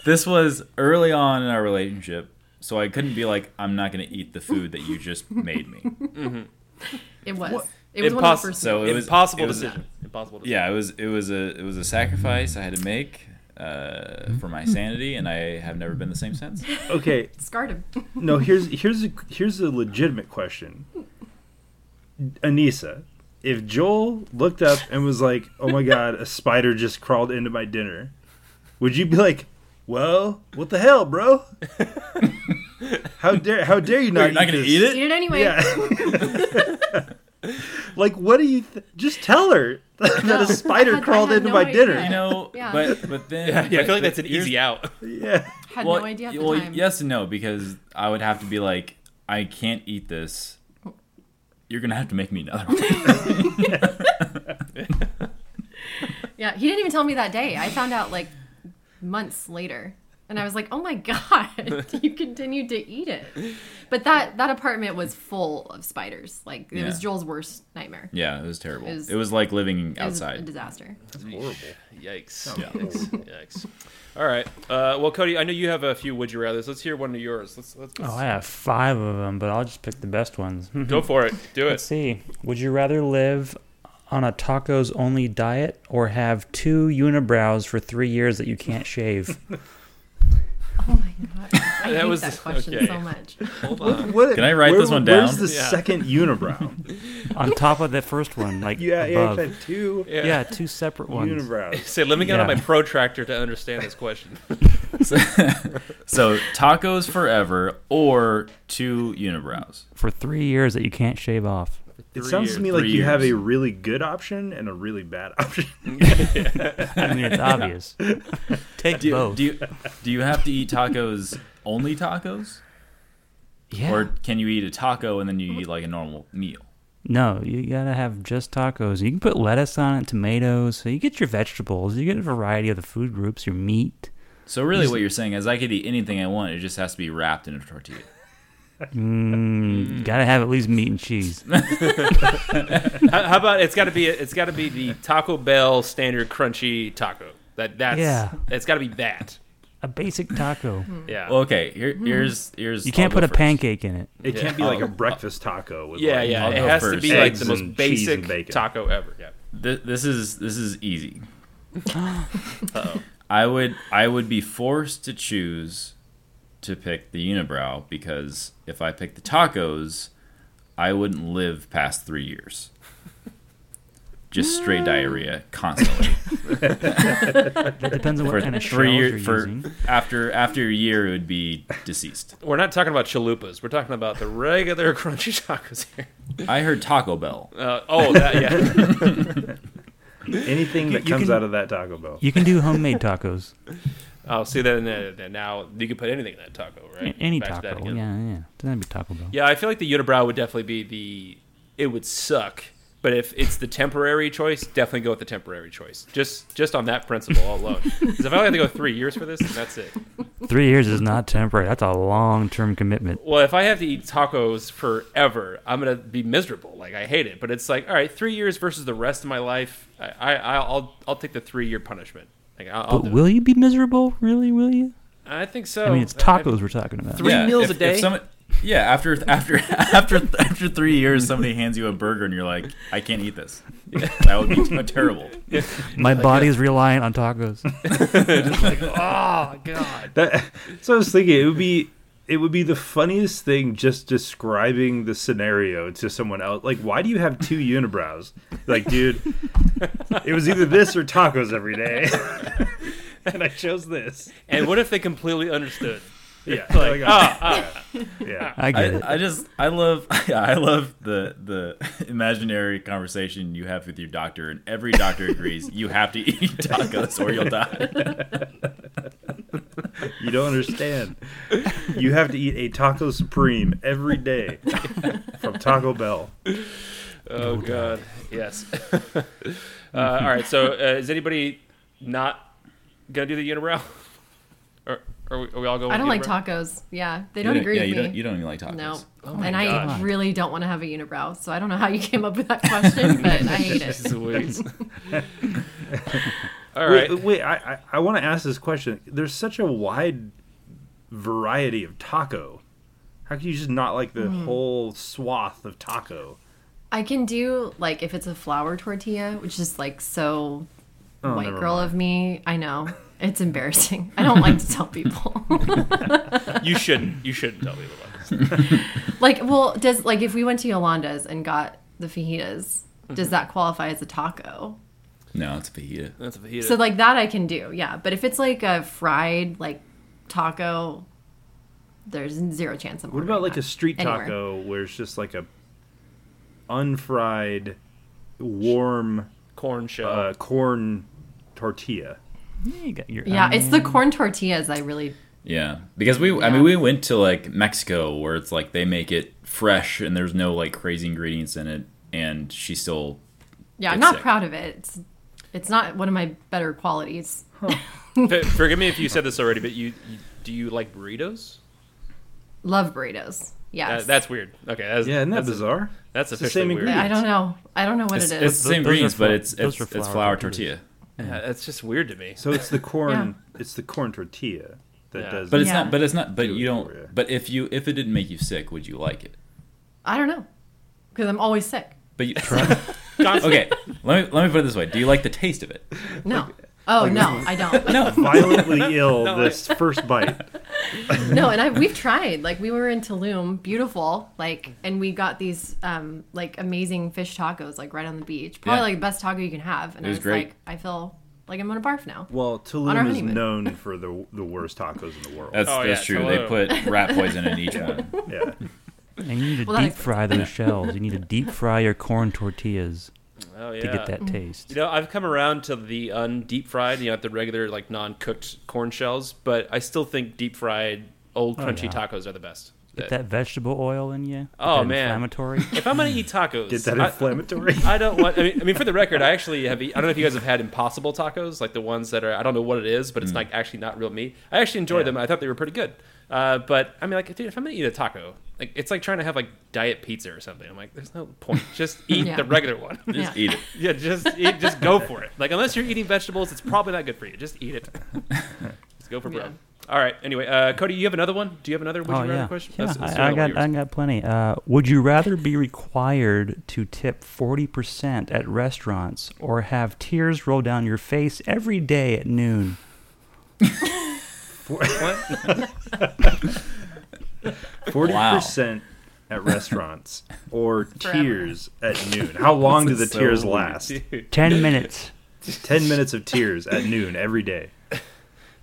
Speaker 2: this was early on in our relationship, so I couldn't be like, I'm not going to eat the food that you just made
Speaker 3: <laughs>
Speaker 2: me.
Speaker 3: It was. It was one of the
Speaker 1: Impossi-
Speaker 3: first.
Speaker 2: so
Speaker 3: meals.
Speaker 2: it was-
Speaker 1: Impossible
Speaker 2: it was-
Speaker 1: decision. Impossible decision.
Speaker 2: Yeah, it was it was a it was a sacrifice I had to make uh, for my sanity, and I have never been the same since.
Speaker 5: Okay,
Speaker 3: scarred him. <laughs>
Speaker 5: no. Here's here's a here's a legitimate question. Anissa, if Joel looked up and was like, "Oh my god, a spider just crawled into my dinner," would you be like, "Well, what the hell, bro? how dare how dare you not?
Speaker 2: You're not going to
Speaker 5: this?"
Speaker 2: eat it?
Speaker 3: Eat it anyway.
Speaker 5: Yeah. like, what do you? Th- just tell her <laughs> that
Speaker 3: No, I
Speaker 5: a spider
Speaker 3: had- I
Speaker 5: crawled
Speaker 3: had
Speaker 5: into
Speaker 3: no
Speaker 5: my dinner.
Speaker 2: You
Speaker 3: idea.
Speaker 2: know,
Speaker 3: <laughs> Yeah.
Speaker 2: but but then
Speaker 1: Yeah, I
Speaker 2: but-
Speaker 1: feel like
Speaker 2: but
Speaker 1: that's an
Speaker 2: here's-
Speaker 1: easy out.
Speaker 5: Yeah.
Speaker 3: Had
Speaker 2: well,
Speaker 3: no idea at the
Speaker 2: well,
Speaker 3: time.
Speaker 2: yes and no because I would have to be like, I can't eat this. You're gonna have to make me another
Speaker 3: <laughs>
Speaker 2: one.
Speaker 3: Yeah, he didn't even tell me that day. I found out like months later. And I was like, "Oh my <laughs> god, <laughs> you continued to eat it." But that that apartment was full of spiders. Like it
Speaker 2: Yeah.
Speaker 3: was Joel's worst nightmare.
Speaker 2: Yeah, it was terrible. It
Speaker 3: It
Speaker 2: was,
Speaker 3: was-
Speaker 2: like living
Speaker 3: It was a
Speaker 2: outside.
Speaker 3: disaster.
Speaker 5: Horrible.
Speaker 4: Oh,
Speaker 1: Yikes.
Speaker 2: Yeah.
Speaker 1: Yikes. Yikes. All right. Uh, well, Cody, I know you have a few would you rather's. Let's hear one of yours. Let's let's, let's
Speaker 4: Oh, I have five of them, but I'll just pick the best ones. Hmm.
Speaker 1: go for it. Do
Speaker 4: Let's
Speaker 1: it.
Speaker 4: see. Would you rather live on a tacos only diet or have two unibrows for three years that you can't shave?
Speaker 3: Oh my god,
Speaker 2: <laughs>
Speaker 3: I
Speaker 1: That
Speaker 3: hate
Speaker 1: was-
Speaker 3: that question
Speaker 1: okay.
Speaker 3: so much.
Speaker 1: Hold on.
Speaker 5: What-
Speaker 2: Can I write
Speaker 5: where-
Speaker 2: this one
Speaker 5: Where's
Speaker 2: down?
Speaker 5: the
Speaker 1: Yeah.
Speaker 5: second
Speaker 2: <laughs>
Speaker 5: unibrow?
Speaker 4: on top of the first one, like
Speaker 5: yeah, yeah,
Speaker 4: above.
Speaker 5: it's had two
Speaker 4: yeah. two separate ones.
Speaker 5: unibrows.
Speaker 1: Say, let me get on
Speaker 4: Yeah.
Speaker 1: my protractor to understand this question.
Speaker 2: so, so tacos forever or two unibrows.
Speaker 4: for three years that you can't shave off.
Speaker 5: It
Speaker 1: Three
Speaker 5: sounds
Speaker 1: years.
Speaker 5: to me like
Speaker 2: Three
Speaker 5: you have
Speaker 2: years.
Speaker 5: a really good option and a really bad <laughs> option.
Speaker 4: I mean,
Speaker 2: <laughs>
Speaker 4: it's obvious. Take
Speaker 2: Do you,
Speaker 4: both.
Speaker 2: do you do you have to eat <laughs> tacos only tacos,
Speaker 4: yeah.
Speaker 2: or can you eat a taco and then you eat like a normal meal?
Speaker 4: no, you gotta have just tacos. You can put lettuce on it, tomatoes. So you get your vegetables. You get a variety of the food groups. Your meat.
Speaker 2: So really, what you're saying is I could eat anything I want. It just has to be wrapped in a tortilla.
Speaker 4: Mm, Gotta have at least meat
Speaker 2: <laughs>
Speaker 4: and cheese.
Speaker 1: how, how about it's got to be it's got to be the Taco Bell standard crunchy taco. That that's
Speaker 4: Yeah.
Speaker 1: It's got to be that.
Speaker 4: a basic taco.
Speaker 1: Yeah.
Speaker 2: Well, okay, here,
Speaker 3: Hmm.
Speaker 2: here's here's.
Speaker 4: You can't
Speaker 2: I'll
Speaker 4: put
Speaker 2: go
Speaker 4: a
Speaker 2: first. <laughs>
Speaker 4: pancake in it.
Speaker 5: It
Speaker 1: Yeah.
Speaker 5: can't be like a breakfast taco. With
Speaker 1: yeah,
Speaker 5: like,
Speaker 1: yeah.
Speaker 2: I'll
Speaker 1: It
Speaker 2: go
Speaker 1: has to
Speaker 2: first.
Speaker 1: be like the
Speaker 5: Eggs
Speaker 1: most
Speaker 5: and cheese and
Speaker 1: basic
Speaker 5: bacon.
Speaker 1: taco ever. Yeah.
Speaker 2: Th- this is this is
Speaker 4: <laughs>
Speaker 2: easy. I would I would be forced to choose to pick the unibrow because if I pick the tacos, I wouldn't live past three years. Just
Speaker 4: Mm.
Speaker 2: straight diarrhea constantly
Speaker 4: It depends on <laughs> what
Speaker 2: for
Speaker 4: kind of shells
Speaker 2: three
Speaker 4: you're
Speaker 2: years. For
Speaker 4: using.
Speaker 2: after after a year, it would be deceased.
Speaker 1: We're not talking about chalupas. We're talking about the regular <laughs> crunchy tacos here.
Speaker 2: I heard Taco Bell.
Speaker 1: Uh, oh, that, yeah.
Speaker 5: Anything that
Speaker 4: you
Speaker 5: comes
Speaker 4: can-
Speaker 5: out of that Taco Bell.
Speaker 4: You can do
Speaker 2: <laughs>
Speaker 4: homemade tacos.
Speaker 1: I'll Oh, see that. In the, now you can put anything in that taco, right?
Speaker 4: Any
Speaker 1: Back to that
Speaker 4: taco. Yeah,
Speaker 1: again.
Speaker 4: yeah. Doesn't have to be Taco Bell.
Speaker 1: Yeah, I feel like the unibrow would definitely be the. It would suck, but if it's the temporary choice, definitely go with the temporary choice. Just just on that principle
Speaker 4: <laughs>
Speaker 1: alone. Because if I only have to go three years for this, then that's it.
Speaker 4: Three years is not temporary. That's a long-term commitment.
Speaker 1: Well, if I have to eat tacos forever, I'm gonna be miserable. Like I hate it, but it's like all right, three years versus the rest of my life. I, I I'll I'll take the three year punishment. Like I'll, I'll
Speaker 4: But
Speaker 1: do
Speaker 4: will you be miserable? Really? Will you?
Speaker 1: it. I think so.
Speaker 4: I mean, it's tacos we're talking about.
Speaker 1: Oh, Three meals
Speaker 2: if-
Speaker 1: a
Speaker 2: if
Speaker 1: day?
Speaker 2: someone- yeah, after <laughs> after after after three years, somebody hands you a burger and you're like, I can't eat this. That would be terrible.
Speaker 1: <laughs>
Speaker 4: My body is reliant on tacos.
Speaker 1: <laughs> Oh God.
Speaker 5: That, <laughs> so I was thinking it would be it would be the funniest thing just describing the scenario to someone else. Like, why do you have two unibrows? Like, <laughs> dude, it was either this or tacos every day, <laughs> and I chose this.
Speaker 1: And what if they completely understood?
Speaker 5: Yeah,
Speaker 1: Like, <laughs>
Speaker 5: Like,
Speaker 1: ah, ah.
Speaker 5: yeah.
Speaker 1: <laughs>
Speaker 4: I get
Speaker 2: I,
Speaker 4: it.
Speaker 2: I just I love <laughs> yeah, I love the the <laughs> imaginary conversation you have with your doctor, and every doctor agrees you have to <laughs> eat tacos or you'll die.
Speaker 5: <laughs> You don't understand. You have to eat a taco supreme every day from Taco Bell.
Speaker 1: oh God. Yes. <laughs> uh, all right. So uh, is anybody not gonna do the unibrow? <laughs> or are we, are we all going?
Speaker 3: I don't
Speaker 1: with
Speaker 3: like
Speaker 1: unibrow?
Speaker 3: tacos. Yeah, they don't
Speaker 2: You
Speaker 3: agree
Speaker 2: yeah,
Speaker 3: with
Speaker 2: you
Speaker 3: me.
Speaker 2: don't you don't even like tacos. Oh
Speaker 3: No.
Speaker 1: my
Speaker 3: and
Speaker 1: gosh.
Speaker 3: I really don't want
Speaker 1: <laughs>
Speaker 3: to <laughs> have a unibrow, so I don't know how you came up with that question, but I hate it. <laughs>
Speaker 1: Jeez Louise. All right.
Speaker 5: Wait, wait I, I, I want to ask this question. There's such a wide variety of taco. How can you just not like the whole swath of taco?
Speaker 3: I can do like if it's a flour tortilla, which is like so
Speaker 5: Oh,
Speaker 3: white
Speaker 5: never
Speaker 3: girl
Speaker 5: mind.
Speaker 3: of me. I know. It's embarrassing. I don't like to tell people.
Speaker 1: <laughs> You shouldn't. You shouldn't tell people about this.
Speaker 3: <laughs> like, well, does like if we went to Yolanda's and got the fajitas,
Speaker 1: Mm-hmm.
Speaker 3: does that qualify as a taco?
Speaker 2: No, it's a fajita.
Speaker 1: That's a fajita.
Speaker 3: So like that I can do, yeah. But if it's like a fried like taco, there's zero chance of.
Speaker 5: What about like a street
Speaker 3: Anywhere.
Speaker 5: taco where it's just like a unfried, warm
Speaker 1: corn shell.
Speaker 5: uh, corn tortilla?
Speaker 4: Yeah, you got your
Speaker 3: Yeah, it's the
Speaker 4: onion.
Speaker 3: corn tortillas I really.
Speaker 2: Yeah, because we I
Speaker 3: Yeah.
Speaker 2: mean we went to like Mexico where it's like they make it fresh and there's no like crazy ingredients in it, and she still
Speaker 3: Yeah, I'm
Speaker 2: That's
Speaker 3: not
Speaker 2: it.
Speaker 3: proud of it. It's it's not one of my better qualities.
Speaker 5: Uh,
Speaker 1: <laughs> F- forgive me if you said this already, but you, you do you like burritos?
Speaker 3: Love burritos. Yes.
Speaker 1: That, that's weird. Okay, that's,
Speaker 5: Yeah, isn't that
Speaker 1: that's
Speaker 5: bizarre?
Speaker 1: that's
Speaker 5: the
Speaker 1: officially
Speaker 5: same
Speaker 1: weird.
Speaker 5: ingredient.
Speaker 3: I don't know. I don't know what
Speaker 2: it's,
Speaker 3: it
Speaker 2: it's
Speaker 3: is.
Speaker 2: the
Speaker 4: Those-
Speaker 2: same
Speaker 4: those are
Speaker 2: ingredients, but
Speaker 4: fla-
Speaker 2: it's
Speaker 4: those
Speaker 2: it's,
Speaker 4: are
Speaker 2: it's
Speaker 4: flour
Speaker 2: flour
Speaker 4: tortillas.
Speaker 2: tortilla.
Speaker 1: Yeah, that's just weird to
Speaker 5: <laughs>
Speaker 1: me.
Speaker 5: So it's the corn. It's the corn tortilla that
Speaker 1: Yeah.
Speaker 5: does.
Speaker 2: But it's
Speaker 3: Yeah.
Speaker 2: not. But it's not. But
Speaker 5: Do it
Speaker 2: you
Speaker 5: for ya.
Speaker 2: don't. But if you if it didn't make you sick, would you like it?
Speaker 3: I don't know because I'm always sick.
Speaker 2: But you,
Speaker 1: Constantly.
Speaker 2: <laughs> okay, let me let me put it this way. Do you like the taste of it?
Speaker 3: No.
Speaker 2: <laughs>
Speaker 3: Oh no, I don't.
Speaker 2: No.
Speaker 5: violently ill
Speaker 1: No,
Speaker 5: this first bite.
Speaker 3: no, and I we've tried. Like we were in Tulum, beautiful, like and we got these um like amazing fish tacos like right on the beach. Probably
Speaker 2: Yeah.
Speaker 3: like the best taco you can have. And
Speaker 2: It was
Speaker 3: I was
Speaker 2: great.
Speaker 3: like, I feel like I'm gonna barf now.
Speaker 5: Well,
Speaker 3: On our
Speaker 5: Tulum is
Speaker 3: honeymoon.
Speaker 5: known for the the worst tacos in the world.
Speaker 2: That's
Speaker 1: Oh, yeah,
Speaker 2: that's true.
Speaker 1: hello.
Speaker 2: They put rat poison in each one.
Speaker 5: yeah.
Speaker 4: And you need to
Speaker 3: Well, that
Speaker 4: deep fry those shells. You need to deep fry your corn tortillas
Speaker 1: Oh yeah.
Speaker 4: to get
Speaker 3: Mm-hmm.
Speaker 4: that taste.
Speaker 1: You know, I've come around to the undeep fried, you know, the regular like non-cooked corn shells, but I still think deep fried old crunchy
Speaker 4: yeah.
Speaker 1: tacos are the best.
Speaker 4: Get that vegetable oil in you.
Speaker 1: Oh,
Speaker 4: that
Speaker 1: man. <laughs>
Speaker 4: inflammatory.
Speaker 1: If I'm gonna eat tacos,
Speaker 5: Get that
Speaker 1: I-
Speaker 5: inflammatory. <laughs>
Speaker 1: I don't want. I mean, I mean, for the record, I actually have. eat- I don't know if you guys have had Impossible tacos, like the ones that are. I don't know what it is, but it's like actually not real meat. I actually enjoyed them. I thought they were pretty good. Uh, but I mean, like, dude, if I'm gonna eat a taco, like, it's like trying to have like diet pizza or something. I'm like, there's no point. Just eat
Speaker 3: Yeah.
Speaker 1: the regular one.
Speaker 3: Yeah.
Speaker 2: Just eat it.
Speaker 1: yeah, just eat, just go for it. Like, unless you're eating vegetables, it's probably not good for you. Just eat it. just go for brown. All right. Anyway, uh, Cody, you have another one? Do you have another? Would
Speaker 4: oh
Speaker 1: you rather
Speaker 4: yeah,
Speaker 1: question?
Speaker 4: yeah.
Speaker 1: That's- that's
Speaker 4: I, I
Speaker 1: not
Speaker 4: got
Speaker 1: yours.
Speaker 4: I got plenty. Uh, would you rather be required to tip forty percent at restaurants or have tears roll down your face every day at noon?
Speaker 5: Forty
Speaker 2: Wow.
Speaker 5: percent at restaurants or tears at noon. How long do the
Speaker 2: This is so
Speaker 5: tears
Speaker 2: weird.
Speaker 5: last?
Speaker 1: <laughs>
Speaker 4: Ten minutes
Speaker 5: Ten minutes of tears at noon every day.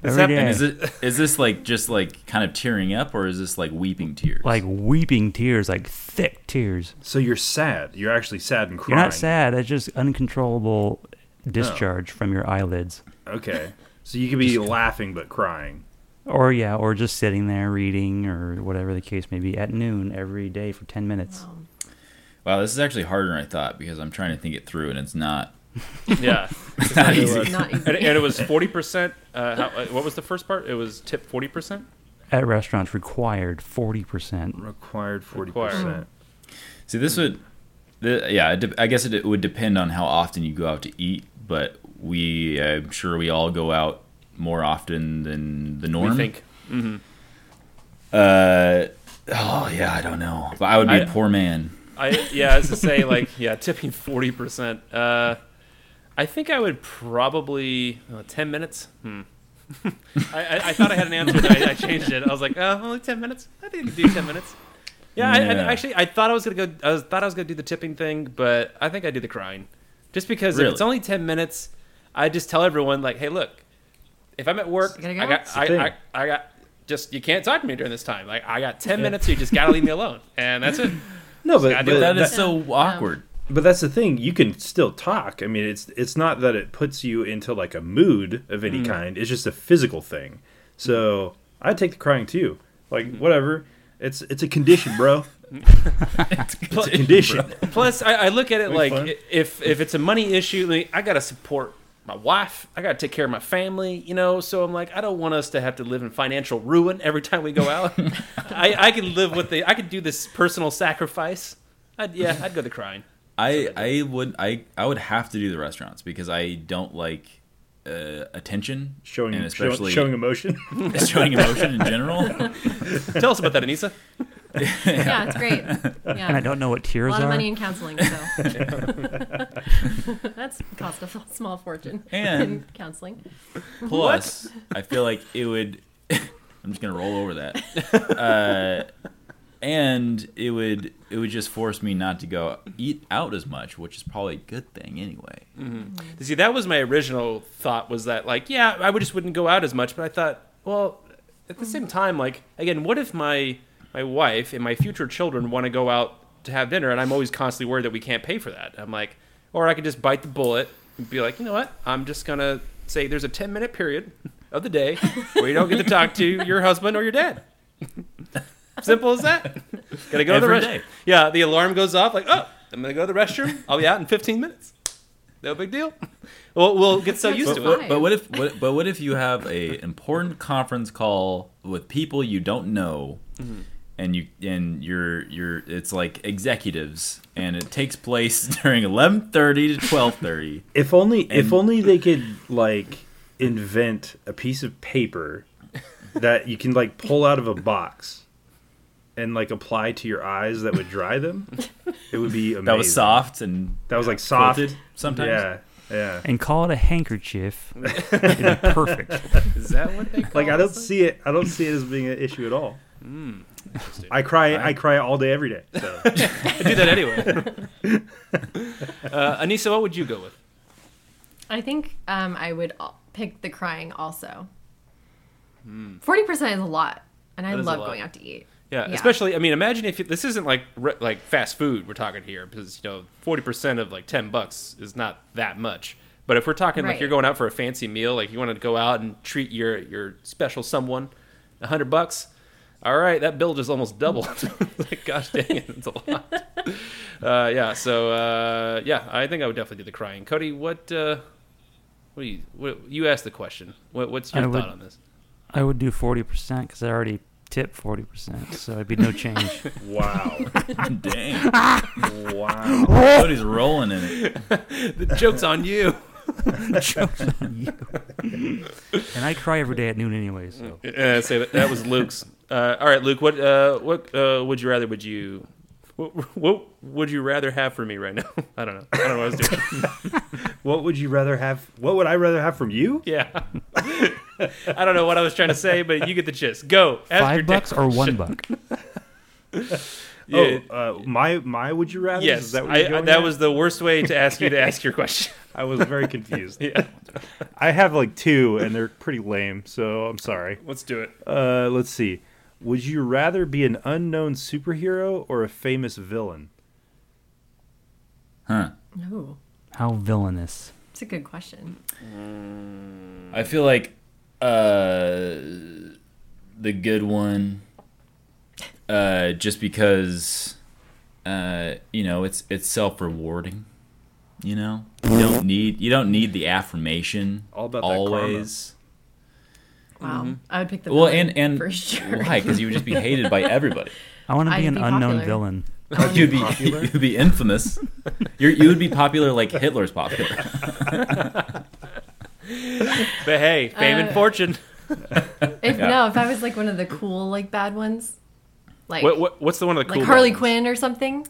Speaker 4: every
Speaker 1: happening.
Speaker 4: day.
Speaker 2: Is it is this like just like kind of tearing up or is this like weeping tears?
Speaker 4: like weeping tears, like thick tears.
Speaker 5: So you're sad. You're actually sad and
Speaker 4: You're
Speaker 5: crying.
Speaker 4: not sad. That's just uncontrollable discharge from your eyelids.
Speaker 5: Okay. So you could be laughing but crying.
Speaker 4: Or yeah, or just sitting there reading or whatever the case may be at noon every day for ten minutes.
Speaker 2: wow, this is actually harder than I thought because I'm trying to think it through and it's not.
Speaker 1: Yeah.
Speaker 2: It's not easy. <laughs>
Speaker 3: Not easy.
Speaker 1: and, and it was 40%. Uh, how, uh, what was the first part? It was tip 40%?
Speaker 4: At restaurants, required forty percent.
Speaker 5: Required forty
Speaker 1: Required.
Speaker 5: percent.
Speaker 2: See, this would, the, yeah, it de- I guess it, would depend on how often you go out to eat, but we, I'm sure we all go out more often than the norm.
Speaker 1: We think.
Speaker 2: Uh, oh yeah, I don't know, but I would be a
Speaker 1: I-
Speaker 2: poor man.
Speaker 1: I, yeah, as to say, like, yeah, tipping 40%. Uh, I think I would probably. Uh, 10 minutes? Hmm. <laughs> I, I, I thought I had an answer, but I, I changed it. I was like, oh, only 10 minutes? I think I can do 10 minutes. Yeah, I, I,
Speaker 2: Yeah.
Speaker 1: actually, I thought I was gonna go. I was, thought I was gonna do the tipping thing, but I think I do the crying, just because if
Speaker 2: Really?
Speaker 1: it's only ten minutes, I just tell everyone like, "Hey, look, if I'm at work,
Speaker 3: You gotta go.
Speaker 1: I
Speaker 3: It's
Speaker 1: got,
Speaker 5: the
Speaker 1: I,
Speaker 5: thing.
Speaker 1: I, I got, just you can't talk to me during this time. Like, I got ten minutes. You just gotta leave me alone, and that's it.
Speaker 5: No, but,
Speaker 1: Gotta do
Speaker 5: but
Speaker 2: That is
Speaker 5: that-
Speaker 2: so awkward.
Speaker 5: But that's the thing, you can still talk. I mean, it's it's not that it puts you into like a mood of
Speaker 2: Mm.
Speaker 5: any kind. It's just a physical thing. So
Speaker 2: Mm-hmm.
Speaker 5: I take the crying too. Like whatever. It's it's a condition,
Speaker 2: <laughs>
Speaker 5: bro. <laughs>
Speaker 2: It's a
Speaker 5: Condition.
Speaker 1: Plus, I, I look at it
Speaker 5: That'd be
Speaker 1: like
Speaker 5: fun.
Speaker 1: i- if if it's a money issue, like, I gotta support my wife. I gotta take care of my family, you know. So I'm like, I don't want us to have to live in financial ruin every time we go out. I, I can live with the. I could do this personal sacrifice. I'd, yeah, I'd go to crying.
Speaker 2: I I would I I would have to do the restaurants because I don't like uh, attention
Speaker 5: Showing,
Speaker 2: and
Speaker 5: show-
Speaker 2: especially
Speaker 5: showing <laughs> emotion.
Speaker 2: <laughs> showing emotion in general.
Speaker 1: Tell us about that, Anissa.
Speaker 3: Yeah, it's great.
Speaker 2: <laughs>
Speaker 3: Yeah.
Speaker 4: And I don't know what
Speaker 3: a
Speaker 4: tears
Speaker 3: lot of
Speaker 4: are.
Speaker 3: money in counseling, so <laughs> that's cost a f- small fortune in
Speaker 2: And-
Speaker 3: counseling.
Speaker 2: Plus, I feel like it would. <laughs> I'm just gonna roll over
Speaker 5: <laughs>
Speaker 2: that, uh, and it would it would just force me not to go eat out as much, which is probably a good thing anyway.
Speaker 1: See, that was my original thought was that like, yeah, I would just wouldn't go out as much, but I thought, well, at the same time, like again, what if my my wife and my future children want to go out to have dinner and I'm always constantly worried that we can't pay for that. I'm like, or I could just bite the bullet and be like, you know what? I'm just going to say there's a 10-minute period of the day where you don't get to talk to your husband or your dad. <laughs> Simple as that. Gotta go to the restroom.
Speaker 2: Every day.
Speaker 1: Yeah, the alarm goes off. Like, oh, I'm gonna go to the restroom. I'll be out in 15 minutes. No big deal. We'll, we'll get so used
Speaker 2: But,
Speaker 1: to
Speaker 2: but-
Speaker 1: it.
Speaker 2: but what if what, but what if you have a important conference call with people you don't know,
Speaker 5: Mm-hmm.
Speaker 2: and you and you're you're it's like executives, and it takes place <laughs> during 11:30 to 12:30.
Speaker 5: If only if
Speaker 2: And-
Speaker 5: only they could like invent a piece of paper that you can like pull out of a box and like apply to your eyes that would dry them. It would be
Speaker 2: <laughs>
Speaker 5: amazing.
Speaker 2: That was soft and
Speaker 5: That was like soft.
Speaker 2: quilted sometimes.
Speaker 5: Yeah. Yeah.
Speaker 4: and call it a handkerchief. It'd be perfect.
Speaker 1: Is that what they call
Speaker 5: Like I don't
Speaker 1: it?
Speaker 5: see it. I don't see it as being an issue at all.
Speaker 1: Hmm.
Speaker 5: I cry. I cry all day every day.
Speaker 1: <laughs>
Speaker 5: So.
Speaker 1: I do that anyway. uh, Anissa, what would you go with?
Speaker 3: I think um, I would al- pick the crying also. Forty percent is a lot, and I
Speaker 1: That is a
Speaker 3: love
Speaker 1: lot.
Speaker 3: going out to eat.
Speaker 1: Yeah,
Speaker 3: Yeah.
Speaker 1: especially. I mean, imagine if you, this isn't like re, like fast food we're talking here, because you know, forty percent of like ten bucks is not that much. But if we're talking like
Speaker 3: Right.
Speaker 1: you're going out for a fancy meal, like you want to go out and treat your your special someone, hundred bucks. All right, that bill just almost doubled. <laughs> It's like, gosh dang it, it's a lot. Uh, yeah, so uh, yeah, I think I would definitely do the crying. Cody, what? Uh, what, do you, what you asked the question. What, what's your
Speaker 4: I
Speaker 1: thought
Speaker 4: would-
Speaker 1: on this?
Speaker 4: I would do forty percent because I already tipped forty percent, so it'd be no change.
Speaker 5: Wow.
Speaker 2: <laughs> Dang,
Speaker 5: Wow.
Speaker 2: Cody's rolling in it.
Speaker 1: The joke's on you.
Speaker 4: Joke's on you. and I cry every day at noon anyway, so
Speaker 1: Uh, say that that was Luke's. Uh, all right, Luke. What uh, what uh, would you rather? Would you what, what would you rather have for me right now? <laughs> I don't know. I don't know what I was <laughs> doing.
Speaker 5: What would you rather have? What would I rather have from you?
Speaker 1: Yeah, <laughs> I don't know what I was trying to say, but you get the gist. Go. Ask your
Speaker 4: five
Speaker 1: damn
Speaker 4: bucks or
Speaker 1: <laughs>
Speaker 4: one
Speaker 1: question.
Speaker 4: buck.
Speaker 1: Yeah.
Speaker 5: Oh, uh, my my would you rather?
Speaker 1: yes,
Speaker 5: Is that, what
Speaker 1: I-
Speaker 5: you're
Speaker 1: I-
Speaker 5: going
Speaker 1: Oh, that
Speaker 5: at?
Speaker 1: was the worst way to ask you to ask your question.
Speaker 5: I was very confused.
Speaker 1: <laughs> Yeah,
Speaker 5: I have like two, and they're pretty lame. So I'm sorry.
Speaker 1: <laughs> let's do it.
Speaker 5: Uh, let's see. Would you rather be an unknown superhero or a famous villain?
Speaker 2: Huh.
Speaker 3: No,
Speaker 4: How villainous.
Speaker 3: it's a good question.
Speaker 2: I feel like uh, the good one, uh, just because uh, you know it's it's self rewarding. You know, you don't need you don't need the affirmation
Speaker 5: All about that
Speaker 2: always.
Speaker 3: Wow, I would pick the
Speaker 2: Well,
Speaker 3: villain
Speaker 2: and and
Speaker 3: for <laughs> sure.
Speaker 2: why? Because you would just be hated by
Speaker 5: <laughs>
Speaker 2: everybody.
Speaker 4: I want to
Speaker 3: I'd
Speaker 4: be an
Speaker 3: be
Speaker 4: unknown
Speaker 3: popular.
Speaker 4: villain.
Speaker 2: you'd be you'd be infamous. You're, you would be popular like Hitler's popular.
Speaker 1: <laughs>
Speaker 5: <laughs>
Speaker 1: But hey, fame and
Speaker 3: Uh,
Speaker 1: fortune.
Speaker 3: If
Speaker 2: Yeah.
Speaker 3: no, if I was like one of the cool like bad ones, like
Speaker 1: What, what what's the one of the
Speaker 3: like
Speaker 1: cool
Speaker 3: Harley
Speaker 1: ones?
Speaker 3: Quinn or something.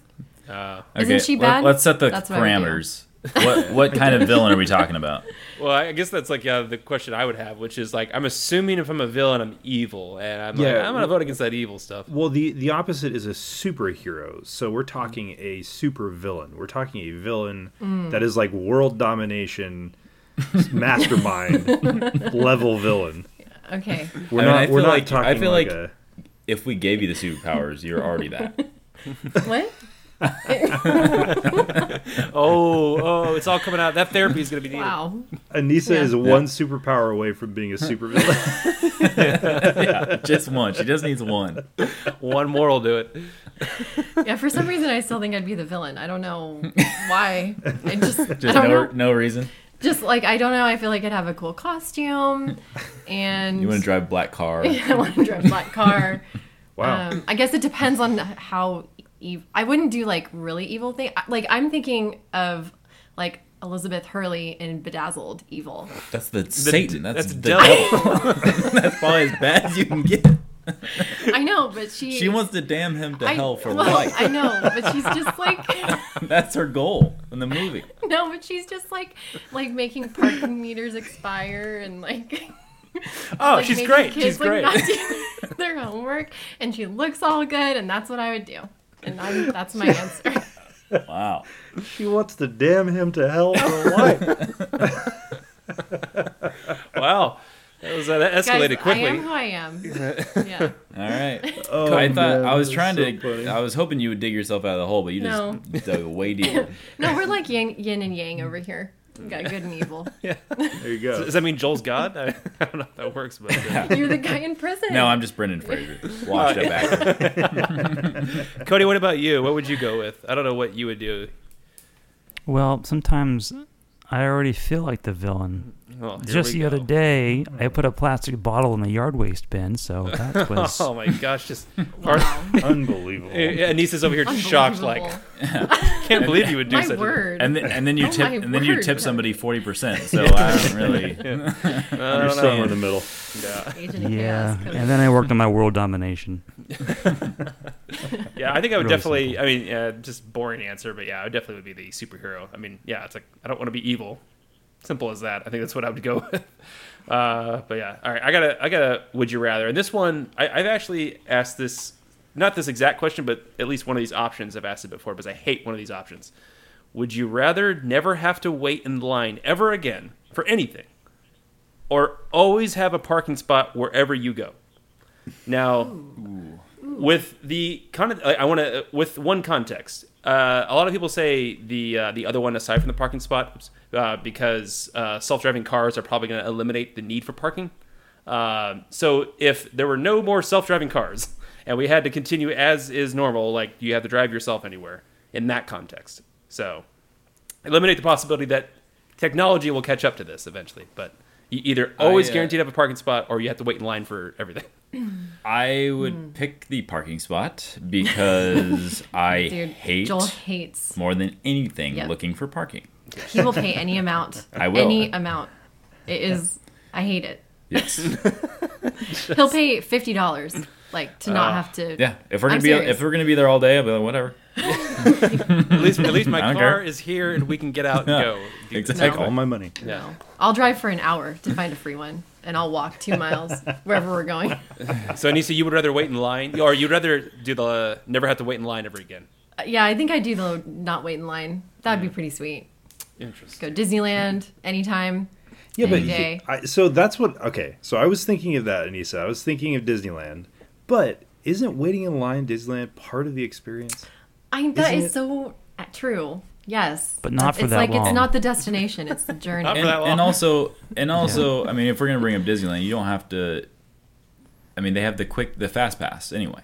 Speaker 1: Uh,
Speaker 3: Isn't she
Speaker 2: let-
Speaker 3: bad?
Speaker 2: Let's set the
Speaker 3: That's what I would do.
Speaker 2: parameters. What what kind of villain are we talking about?
Speaker 1: well, I guess that's like uh, the question I would have, which is like, I'm assuming if I'm a villain, I'm evil, and I'm like,
Speaker 5: Yeah.
Speaker 1: I'm gonna vote against that evil stuff.
Speaker 5: Well, the the opposite is a superhero. So we're talking a super villain. We're talking a villain that is like world domination, mastermind level villain.
Speaker 3: Okay,
Speaker 5: We're
Speaker 2: I mean,
Speaker 5: not.
Speaker 2: I feel
Speaker 5: we're not
Speaker 2: like- I
Speaker 5: talking.
Speaker 2: feel
Speaker 5: like,
Speaker 2: like-
Speaker 5: a,
Speaker 2: If we gave you the superpowers, you're already that.
Speaker 3: what?
Speaker 1: Oh, oh, it's all coming out. That therapy is going to be needed.
Speaker 3: Wow.
Speaker 5: Anissa
Speaker 3: Yeah.
Speaker 5: is one superpower away from being a supervillain.
Speaker 2: <laughs>
Speaker 5: <laughs>
Speaker 2: yeah, <laughs> just one. She just needs one.
Speaker 1: One more will do it.
Speaker 3: Yeah, for some reason I still think I'd be the villain. I don't know why. I just, I
Speaker 2: Just
Speaker 3: don't
Speaker 2: no,
Speaker 3: know.
Speaker 2: no reason.
Speaker 3: Just like I don't know. I feel like I'd have a cool
Speaker 2: <laughs>
Speaker 3: costume, and
Speaker 2: You
Speaker 3: <laughs>
Speaker 2: want to drive Oh. a black car? <laughs>
Speaker 3: I want to drive a black car.
Speaker 5: wow.
Speaker 3: Um, I guess it depends on how ev- I wouldn't do like really evil thing. I- Like I'm thinking of like Elizabeth Hurley in Bedazzled Evil.
Speaker 2: That's the, Satan. That's,
Speaker 1: that's
Speaker 2: the
Speaker 1: devil.
Speaker 2: devil. <laughs> that's probably as bad as you can get.
Speaker 3: I know, but she
Speaker 2: She wants to damn him to
Speaker 3: I-
Speaker 2: hell for
Speaker 3: well,
Speaker 2: life.
Speaker 3: I know, but she's just like
Speaker 2: <laughs> That's her goal in the movie.
Speaker 3: <laughs> no, but she's just like like making parking meters expire and like
Speaker 1: <laughs> Oh,
Speaker 3: like,
Speaker 1: she's
Speaker 3: making
Speaker 1: great.
Speaker 3: kids,
Speaker 1: She's
Speaker 3: like,
Speaker 1: great.
Speaker 3: not do <laughs> their homework, and she looks all good, and that's what I would do. And I'm, that's
Speaker 1: <laughs>
Speaker 3: my answer.
Speaker 2: Wow.
Speaker 5: She wants to damn him to
Speaker 2: <laughs>
Speaker 5: hell for
Speaker 1: <laughs>
Speaker 5: life.
Speaker 1: wow, that was uh, that escalated
Speaker 3: Guys,
Speaker 1: quickly.
Speaker 3: I am who
Speaker 1: <laughs>
Speaker 3: I am. yeah.
Speaker 2: All right.
Speaker 5: Oh,
Speaker 2: I thought
Speaker 5: man,
Speaker 2: I was
Speaker 5: that's
Speaker 2: trying
Speaker 5: so
Speaker 2: to. <laughs>
Speaker 5: funny.
Speaker 2: I was hoping you would dig yourself out of the hole, but you
Speaker 3: No.
Speaker 2: just dug way
Speaker 3: <laughs>
Speaker 2: deeper.
Speaker 3: No, we're like yin, yin and yang over here. We got good
Speaker 1: <laughs>
Speaker 3: and evil.
Speaker 5: There
Speaker 2: <laughs>
Speaker 5: you go.
Speaker 1: Does that mean Joel's God? I, <laughs> I don't know if that works, but
Speaker 4: <laughs>
Speaker 1: uh,
Speaker 3: You're the guy in prison.
Speaker 2: no, I'm just Brendan
Speaker 3: <laughs>
Speaker 2: Fraser, washed up actor.
Speaker 1: Cody, what about you? What would you go with? I don't know what you would do.
Speaker 4: Well, sometimes I already feel like the villain.
Speaker 1: Oh, here
Speaker 4: Just
Speaker 1: we
Speaker 4: the
Speaker 1: <laughs>
Speaker 4: other
Speaker 1: go. Mm-hmm.
Speaker 4: day, I put a plastic bottle in the yard waste
Speaker 1: <laughs>
Speaker 4: bin, so that was.
Speaker 1: Oh my gosh!
Speaker 4: <laughs>
Speaker 1: Just
Speaker 3: Wow. <laughs>
Speaker 5: Unbelievable.
Speaker 1: yeah, <laughs> Anissa's over here just shocked, like
Speaker 3: Unbelievable.
Speaker 1: can't believe you would do
Speaker 3: my
Speaker 1: such.
Speaker 2: <laughs>
Speaker 3: word.
Speaker 2: And then, and then you
Speaker 3: Oh
Speaker 2: tip
Speaker 3: my
Speaker 2: and then you
Speaker 3: word.
Speaker 2: tip
Speaker 3: <laughs>
Speaker 2: somebody forty percent. So I don't really.
Speaker 1: A, thing. I
Speaker 5: You're
Speaker 1: don't know.
Speaker 5: somewhere in the middle.
Speaker 3: Agent of
Speaker 4: Yeah,
Speaker 3: Chaos.
Speaker 4: and then I worked on my world domination.
Speaker 1: Yeah, I think I would
Speaker 4: Really
Speaker 1: definitely. I mean, uh, just boring answer, but yeah, I definitely would be the superhero. I mean, yeah, it's like I don't want to be evil. Simple as that. I think that's what I would go <laughs> with. Uh, but yeah, all right. I gotta, I gotta. Would you rather? And this one, I, I've actually asked this, not this exact question, but at least one of these options. I've asked it before because I hate one of these options. Would you rather never have to wait in line ever again for anything, or always have a parking spot wherever you go? Now with the kind of I I want to with one context. Uh, a lot of people say the uh, the other one aside from the parking spot oops, uh, because uh, self driving cars are probably going to eliminate the need for parking. Um so if there were no more self driving cars <laughs> and we had to continue as is normal, like you have to drive yourself anywhere in that context. So eliminate the possibility that technology will catch up to this eventually, but. You either always
Speaker 2: uh,
Speaker 1: guaranteed to have a parking spot, or you have to wait in line for everything.
Speaker 2: I would
Speaker 3: Hmm.
Speaker 2: pick the parking spot
Speaker 3: <laughs>
Speaker 2: because I
Speaker 3: Dude,
Speaker 2: hate
Speaker 3: Joel hates.
Speaker 2: more than anything
Speaker 3: Yep.
Speaker 2: looking for
Speaker 3: <laughs>
Speaker 2: parking.
Speaker 3: He will pay any amount.
Speaker 2: I will.
Speaker 3: Any amount. It is. I hate it.
Speaker 2: Yes.
Speaker 3: He'll pay fifty dollars, like to
Speaker 5: Uh,
Speaker 3: not have to.
Speaker 2: Yeah. If we're gonna
Speaker 3: I'm
Speaker 2: be
Speaker 3: serious.
Speaker 2: if we're gonna be there all day, I'll be like whatever.
Speaker 1: At least, at least my
Speaker 2: <laughs> I don't
Speaker 1: car
Speaker 2: care.
Speaker 1: is here and we can get out and go.
Speaker 2: Exactly.
Speaker 3: No.
Speaker 5: All my money.
Speaker 1: Yeah.
Speaker 3: I'll drive for an hour to find a free one, and I'll walk two miles wherever we're going. Uh,
Speaker 1: So Anissa, you would rather wait in line, or you'd rather do the never have to wait in line ever again.
Speaker 3: Uh, Yeah, I think I do the not wait in line. That'd be
Speaker 5: Mm.
Speaker 3: pretty sweet.
Speaker 1: Interesting.
Speaker 3: Go to Disneyland anytime.
Speaker 5: Yeah, but
Speaker 3: Any day.
Speaker 5: I, so that's what. Okay, so I was thinking of that, Anissa. I was thinking of Disneyland, but isn't waiting in line at Disneyland part of the experience?
Speaker 3: I that
Speaker 5: Isn't
Speaker 3: is
Speaker 5: it-
Speaker 3: so uh, true. Yes,
Speaker 4: But not for
Speaker 3: it's
Speaker 4: that
Speaker 3: like it's
Speaker 4: long.
Speaker 3: not the destination; it's the
Speaker 5: <laughs>
Speaker 3: journey.
Speaker 1: Not for
Speaker 2: and,
Speaker 1: that long.
Speaker 2: and also and also I mean if we're gonna bring up Disneyland, you don't have to I mean they have the quick the fast pass anyway.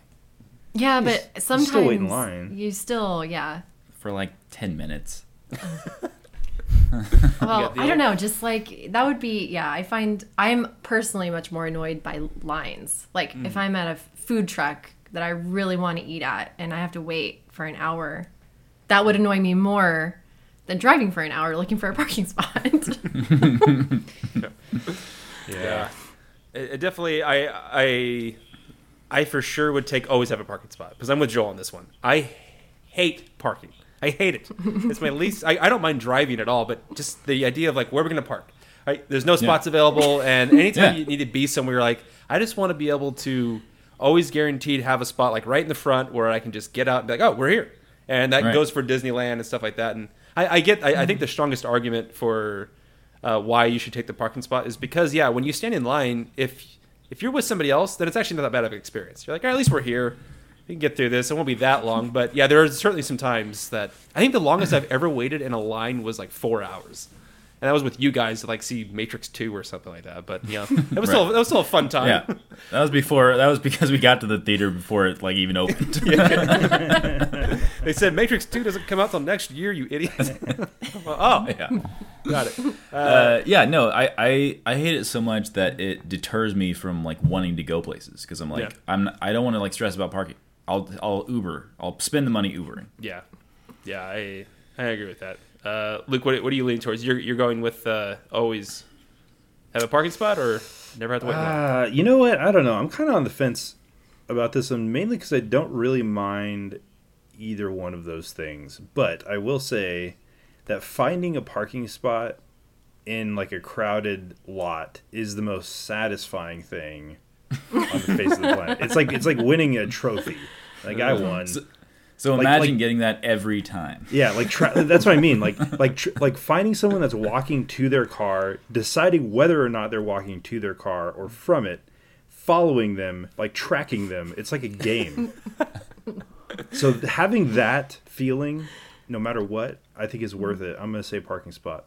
Speaker 3: yeah, but
Speaker 5: s- you
Speaker 3: sometimes
Speaker 5: still wait in line.
Speaker 3: You still, yeah.
Speaker 2: For like ten minutes.
Speaker 3: Well,
Speaker 1: got the
Speaker 3: I don't
Speaker 1: old-
Speaker 3: know. Just like that would be, yeah. I find I'm personally much more annoyed by lines. Like
Speaker 2: Mm.
Speaker 3: if I'm at a food truck that I really want to eat at and I have to wait for an hour, that would annoy me more than driving for an hour looking for a parking <laughs>
Speaker 2: <laughs>
Speaker 3: spot.
Speaker 1: Yeah. It, it definitely, I, I, I for sure would take always have a parking spot because I'm with Joel on this one. I hate parking. I hate
Speaker 2: <laughs>
Speaker 1: it. It's my least. I, I don't mind driving at all, but just the idea of like where we're gonna park. Right? There's no spots available, and anytime
Speaker 2: Yeah.
Speaker 1: you need to be somewhere, like I just want to be able to always guaranteed have a spot like right in the front where I can just get out and be like, oh, we're here, and that
Speaker 2: Right.
Speaker 1: goes for Disneyland and stuff like that. And I, I get, I, I
Speaker 2: Mm-hmm.
Speaker 1: think the strongest argument for uh, why you should take the parking spot is because yeah, when you stand in line, if if you're with somebody else, then it's actually not that bad of an experience. You're like, all right, at least we're here. We can get through this. It won't be that long, but yeah, there are certainly some times that I think the longest I've ever waited in a line was like four hours, and that was with you guys to like see Matrix Two or something like that. But
Speaker 2: <laughs>
Speaker 1: yeah, that was still
Speaker 2: Right.
Speaker 1: that was still a fun time.
Speaker 2: Yeah. <laughs> That was before that was because we got to the theater before it like even <laughs> opened.
Speaker 1: They said Matrix Two doesn't come out till next year, you idiot.
Speaker 2: <laughs>
Speaker 1: <laughs> well, oh,
Speaker 2: yeah.
Speaker 1: got it.
Speaker 2: uh, yeah, no, I, I I hate it so much that it deters me from like wanting to go places because I'm like
Speaker 1: Yeah.
Speaker 2: I'm I don't want to like stress about parking. I'll I'll Uber. I'll spend the money Ubering.
Speaker 1: Yeah, yeah, I I agree with that. Uh, Luke, what, what are you leaning towards? You're you're going with uh, always have a parking spot or never have to wait. in line?
Speaker 5: Uh, you know what? I don't know. I'm kind of on the fence about this one, mainly because I don't really mind either one of those things. But I will say that finding a parking spot in like a crowded lot is the most satisfying thing on the face of the planet. It's like it's like winning a trophy. Like I won.
Speaker 2: So
Speaker 5: Like-
Speaker 2: imagine
Speaker 5: like-
Speaker 2: getting that every time.
Speaker 5: Yeah, like tra- that's what I mean. Like like tr- like finding someone that's walking to their car, deciding whether or not they're walking to their car or from it, following them, like tracking them. It's like a game. so having that feeling, no matter what, I think is worth it. I'm gonna say parking spot.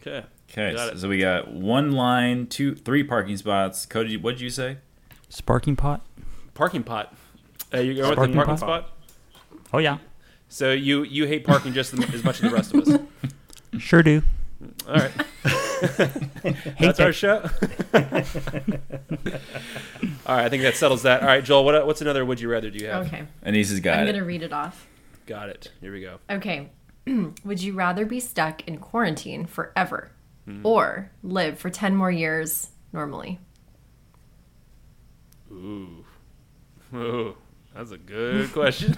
Speaker 1: Okay.
Speaker 2: Okay,
Speaker 1: Got
Speaker 2: so,
Speaker 1: it.
Speaker 2: so we got one line, two, three parking spots. Cody, what did you say?
Speaker 4: Sparking pot?
Speaker 1: Parking pot. Uh, you're going
Speaker 4: Parking
Speaker 1: with the parking
Speaker 4: pot?
Speaker 1: spot.
Speaker 4: Oh yeah,
Speaker 1: So you you hate parking just as much as the rest
Speaker 4: <laughs>
Speaker 1: of us.
Speaker 4: sure do.
Speaker 1: All
Speaker 4: <laughs>
Speaker 1: right. That's our show. <laughs> All right, I think that settles that. All right, Joel, what, what's another would you rather do you have?
Speaker 3: Okay.
Speaker 2: Anissa's got
Speaker 3: I'm
Speaker 2: it.
Speaker 3: going to read it off.
Speaker 1: Got it. Here we go.
Speaker 3: Okay. <clears throat> Would you rather be stuck in quarantine forever
Speaker 2: Hmm.
Speaker 3: or live for 10 more years normally?
Speaker 1: Ooh. Ooh. That's a <laughs> good question.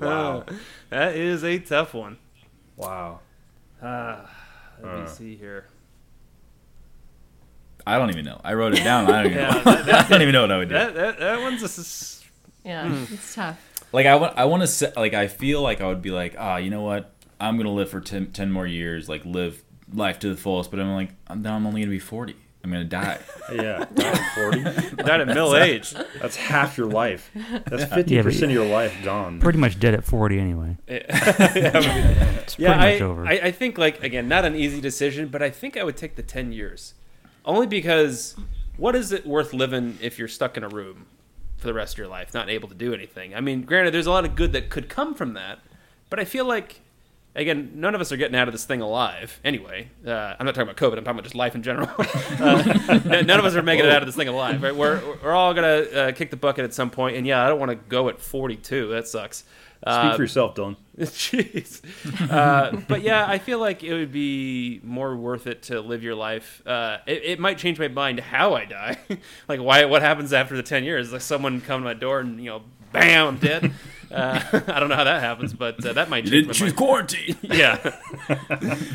Speaker 1: wow. That is a tough one. Uh,
Speaker 5: Wow.
Speaker 1: Ah, Let me see here.
Speaker 2: I don't even know. I wrote it down.
Speaker 1: <laughs>
Speaker 2: I don't even,
Speaker 1: Yeah,
Speaker 2: know. <laughs> I don't even know what I would do.
Speaker 1: That, that, that one's a. <laughs> s-
Speaker 3: Yeah,
Speaker 2: Hmm.
Speaker 3: it's tough.
Speaker 2: like I want, I want to say, like I feel like I would be like, ah, you know what? I'm gonna live for 10, 10 more years, like live life to the fullest. But I'm like, I'm, now I'm only gonna be forty. I'm gonna die.
Speaker 5: <laughs> Yeah. Forty.
Speaker 1: Died at middle age.
Speaker 5: That's half your life. That's fifty percent of your life gone.
Speaker 4: Pretty much dead at
Speaker 1: <laughs>
Speaker 4: forty anyway. It's
Speaker 1: Yeah,
Speaker 4: pretty
Speaker 1: I,
Speaker 4: much over.
Speaker 1: I, I think like again, not an easy decision, but I think I would take the ten years, only because what is it worth living if you're stuck in a room for the rest of your life, not able to do anything? I mean, granted, there's a lot of good that could come from that, but I feel like again, none of us are getting out of this thing alive anyway. Uh, I'm not talking about COVID. I'm talking about just life in general. <laughs> uh, n- none of us are making it out of this thing alive, right? We're we're all gonna uh, kick the bucket at some point, and yeah, I don't want to go at 42. That sucks.
Speaker 5: Speak
Speaker 1: Uh,
Speaker 5: for yourself, Dylan.
Speaker 1: <laughs> Jeez. Uh, but yeah, I feel like it would be more worth it to live your life. Uh, it, it might change my mind how I die. <laughs> like, why? What happens after the ten years? Like, someone come to my door and you know, bam, I'm dead. Uh, <laughs> I don't know how that happens, but uh, that might
Speaker 2: you
Speaker 1: change
Speaker 2: didn't
Speaker 1: my
Speaker 2: choose
Speaker 1: mind.
Speaker 2: quarantine.
Speaker 1: Yeah, <laughs>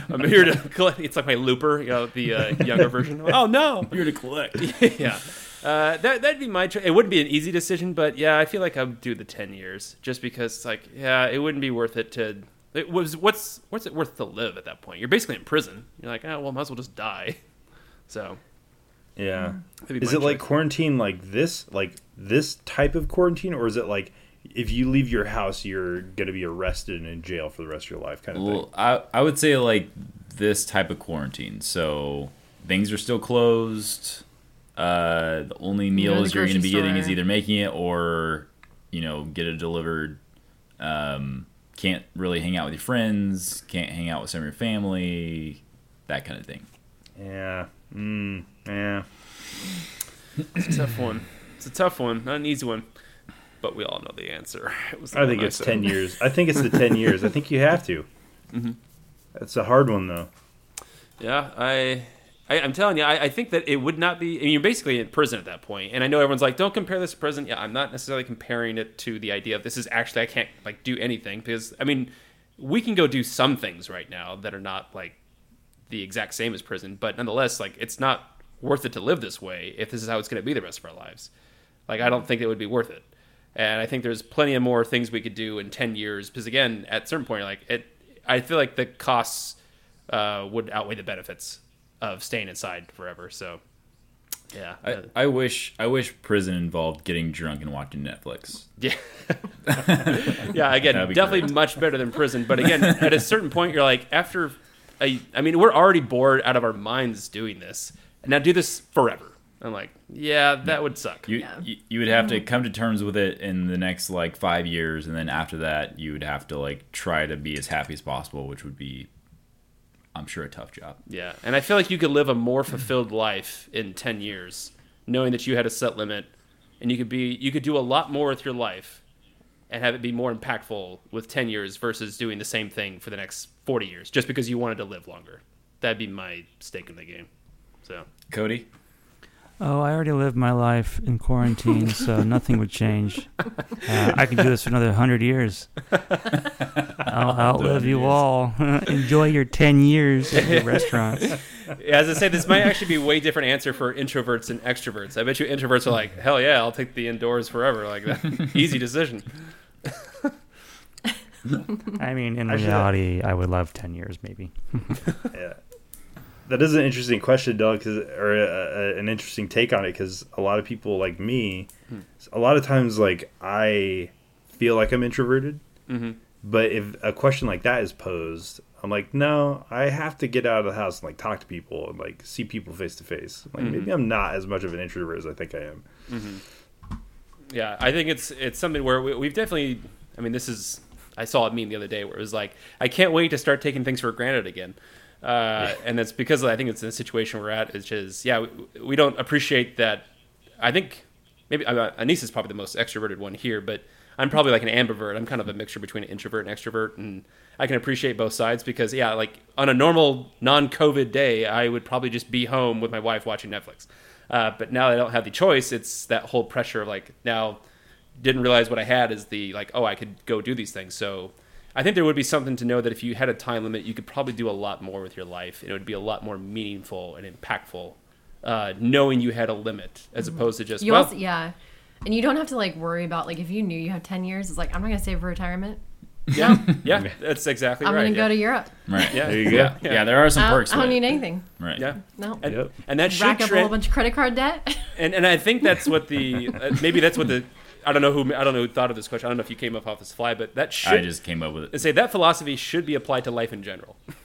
Speaker 1: I'm here to collect. It's like my looper, you know, the uh, younger version.
Speaker 2: <laughs>
Speaker 1: Oh no,
Speaker 2: You're to collect.
Speaker 1: <laughs> yeah. Uh, that that'd be my. Cho- it wouldn't be an easy decision, but yeah, I feel like I'd do the ten years just because, it's like, yeah, it wouldn't be worth it to. It was what's what's it worth to live at that point? You're basically in prison. You're like, oh well, might as well just die. <laughs> So
Speaker 5: Yeah.
Speaker 1: Mm. that'd be
Speaker 5: Is
Speaker 1: my
Speaker 5: it like
Speaker 1: choice.
Speaker 5: quarantine like this like this type of quarantine or is it like if you leave your house you're going to be arrested and in jail for the rest of your life kind of thing?
Speaker 2: Well, I, I would say like this type of quarantine. So things are still closed. Uh, the only meals
Speaker 3: the
Speaker 2: you're going to be
Speaker 3: grocery
Speaker 2: getting is
Speaker 3: store.
Speaker 2: either making it or, you know, get it delivered. Um, can't really hang out with your friends. Can't hang out with some of your family. That kind of thing.
Speaker 5: Yeah. Mm, yeah.
Speaker 1: it's a tough one. It's a tough one, not an easy one, but we all know the answer. <laughs> It was the
Speaker 5: I
Speaker 1: one
Speaker 5: think it's
Speaker 1: said.
Speaker 5: 10 years. I think it's the 10 years. I think you have to. That's a hard one though.
Speaker 1: Yeah, I, I I'm telling you, I, I think that it would not be. I mean, you're basically in prison at that point, and I know everyone's like, "Don't compare this to prison." Yeah, I'm not necessarily comparing it to the idea of this is actually I can't like do anything because I mean, we can go do some things right now that are not like the exact same as prison, but nonetheless, like it's not worth it to live this way if this is how it's going to be the rest of our lives. Like I don't think it would be worth it, and I think there's plenty of more things we could do in ten years because again, at a certain point, like it, I feel like the costs uh, would outweigh the benefits of staying inside forever. So, yeah,
Speaker 2: I,
Speaker 1: Uh,
Speaker 2: I wish I wish prison involved getting drunk and watching Netflix. <laughs>
Speaker 1: yeah, yeah. Again,
Speaker 2: That'd be
Speaker 1: definitely
Speaker 2: great.
Speaker 1: much better than prison. But again, at a certain point, you're like, after, I, I mean, we're already bored out of our minds doing this, and now do this forever. I'm like, yeah, that would suck.
Speaker 2: You,
Speaker 3: Yeah. Mm-hmm.
Speaker 2: you you would have to come to terms with it in the next like five years, and then after that, you would have to like try to be as happy as possible, which would be, I'm sure, a tough job.
Speaker 1: Yeah, and I feel like you could live a more fulfilled life in ten years, knowing that you had a set limit and you could be you could do a lot more with your life and have it be more impactful with 10 years versus doing the same thing for the next 40 years just because you wanted to live longer. That'd be my stake in the game. So,
Speaker 2: Cody.
Speaker 4: Oh, I already lived my life in quarantine, so nothing would change. Uh, I can do this for another 100 years. I'll outlive you all. <laughs> Enjoy your 10 years at your restaurants.
Speaker 1: as I say, this might actually be a way different answer for introverts and extroverts. I bet you introverts are like, hell yeah, I'll take the indoors forever. Like, that. easy decision.
Speaker 4: I mean, in
Speaker 5: I should-
Speaker 4: reality, I would love 10 years maybe.
Speaker 5: Yeah. That is an interesting question, Doug, 'cause- or uh, uh, an interesting take on it, because a lot of people like me, a lot of times, like I feel like I'm introverted, but if a question like that is posed, I'm like, no, I have to get out of the house and like talk to people and like see people face to face. Like maybe I'm not as much of an introvert as I think I am. <laughs>
Speaker 1: Yeah, I think it's it's something where we, we've definitely. I mean, this is. I saw a meme the other day where it was like, I can't wait to start taking things for granted again, uh, and that's because I think it's the situation we're at. It's just yeah, we, we don't appreciate that. I think maybe uh, Anissa's probably the most extroverted one here, but I'm probably like an ambivert. I'm kind of a mixture between an introvert and extrovert, and I can appreciate both sides because yeah, like on a normal non-COVID day, I would probably just be home with my wife watching Netflix. Uh, but now that I don't have the choice, it's that whole pressure of like now didn't realize what I had is the like oh I could go do these things. So I think there would be something to know that if you had a time limit, you could probably do a lot more with your life, and it would be a lot more meaningful and impactful. Uh, knowing you had a limit as opposed to just
Speaker 3: Mm-hmm. You
Speaker 1: well,
Speaker 3: also, yeah. And you don't have to like worry about like if you knew you have 10 years, it's like, I'm not going to save for retirement.
Speaker 1: yeah, <laughs> yeah, that's exactly
Speaker 3: I'm
Speaker 1: right.
Speaker 3: going to
Speaker 1: yeah.
Speaker 3: go to Europe.
Speaker 2: Right.
Speaker 1: Yeah.
Speaker 2: Yeah.
Speaker 5: There you go.
Speaker 2: Yeah.
Speaker 1: Yeah.
Speaker 2: there are some
Speaker 3: I
Speaker 2: perks.
Speaker 3: don't, I don't
Speaker 2: to it.
Speaker 3: need anything.
Speaker 2: Right.
Speaker 1: yeah.
Speaker 3: No.
Speaker 1: And,
Speaker 5: Yep.
Speaker 1: and that should
Speaker 3: Rack up a whole
Speaker 1: trend-
Speaker 3: bunch of credit card debt.
Speaker 1: and and I think that's what the uh, maybe that's what the I don't know who I don't know who thought of this question. I don't know if you came up off this fly, but that should
Speaker 2: I just came up with
Speaker 1: and
Speaker 2: it.
Speaker 1: say that philosophy should be applied to life in general. <laughs>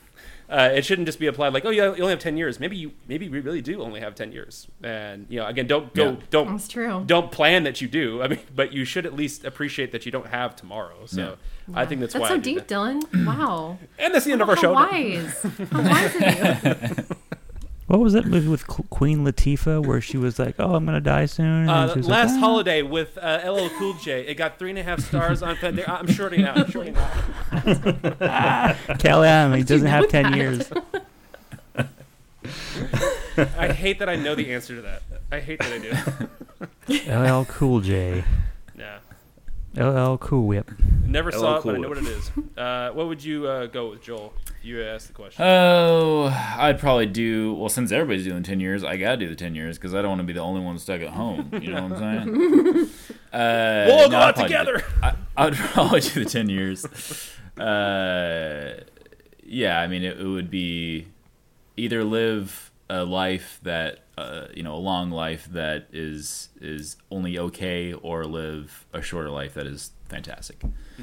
Speaker 1: Uh, it shouldn't just be applied like, oh, yeah, you only have ten years. Maybe you, maybe we really do only have ten years. And you know, again, don't
Speaker 2: Yeah.
Speaker 1: don't don't
Speaker 3: That's true.
Speaker 1: don't plan that you do. I mean, <laughs> but you should at least appreciate that you don't have tomorrow. So I think that's,
Speaker 3: <laughs> That's
Speaker 1: why.
Speaker 3: so
Speaker 1: I do
Speaker 3: deep,
Speaker 1: that. <clears throat>
Speaker 3: Dylan. Wow.
Speaker 1: And that's the end of our
Speaker 3: How
Speaker 1: show. <laughs>
Speaker 3: wise. How wise of you.
Speaker 4: What was that movie with Qu- Queen Latifah where she was like, "Oh, I'm gonna die soon"?
Speaker 1: Uh,
Speaker 4: and she was like,
Speaker 1: last
Speaker 4: "Ah."
Speaker 1: holiday with uh, LL Cool J, it got three and a half stars on. Fan- I'm shorting out. I'm shorting
Speaker 3: <laughs>
Speaker 1: out.
Speaker 4: <laughs> Tell him "Ah, he doesn't have
Speaker 3: with
Speaker 4: ten
Speaker 3: that?
Speaker 4: years.
Speaker 1: I hate that I know the answer to that. I hate that I do.
Speaker 4: LL Cool J.
Speaker 1: Yeah.
Speaker 4: LL Cool Whip.
Speaker 1: Never
Speaker 5: LL
Speaker 1: saw it, but I
Speaker 5: Cool
Speaker 1: know what
Speaker 5: Whip.
Speaker 1: it is. Uh, what would you uh, go with, Joel? If you asked the question.
Speaker 2: Oh, I'd probably do. Well, since everybody's doing ten years, I gotta do the ten years because I don't want to be the only one stuck at home. You know what I'm saying? uh,
Speaker 1: We'll all go
Speaker 2: I'd
Speaker 1: out
Speaker 2: probably do-
Speaker 1: together.
Speaker 2: I, I'd <laughs> probably do the ten years. Uh, yeah, I mean, it, it would be either live a life that uh, you know a long life that is is only okay, or live a shorter life that is fantastic.
Speaker 1: Mm-hmm.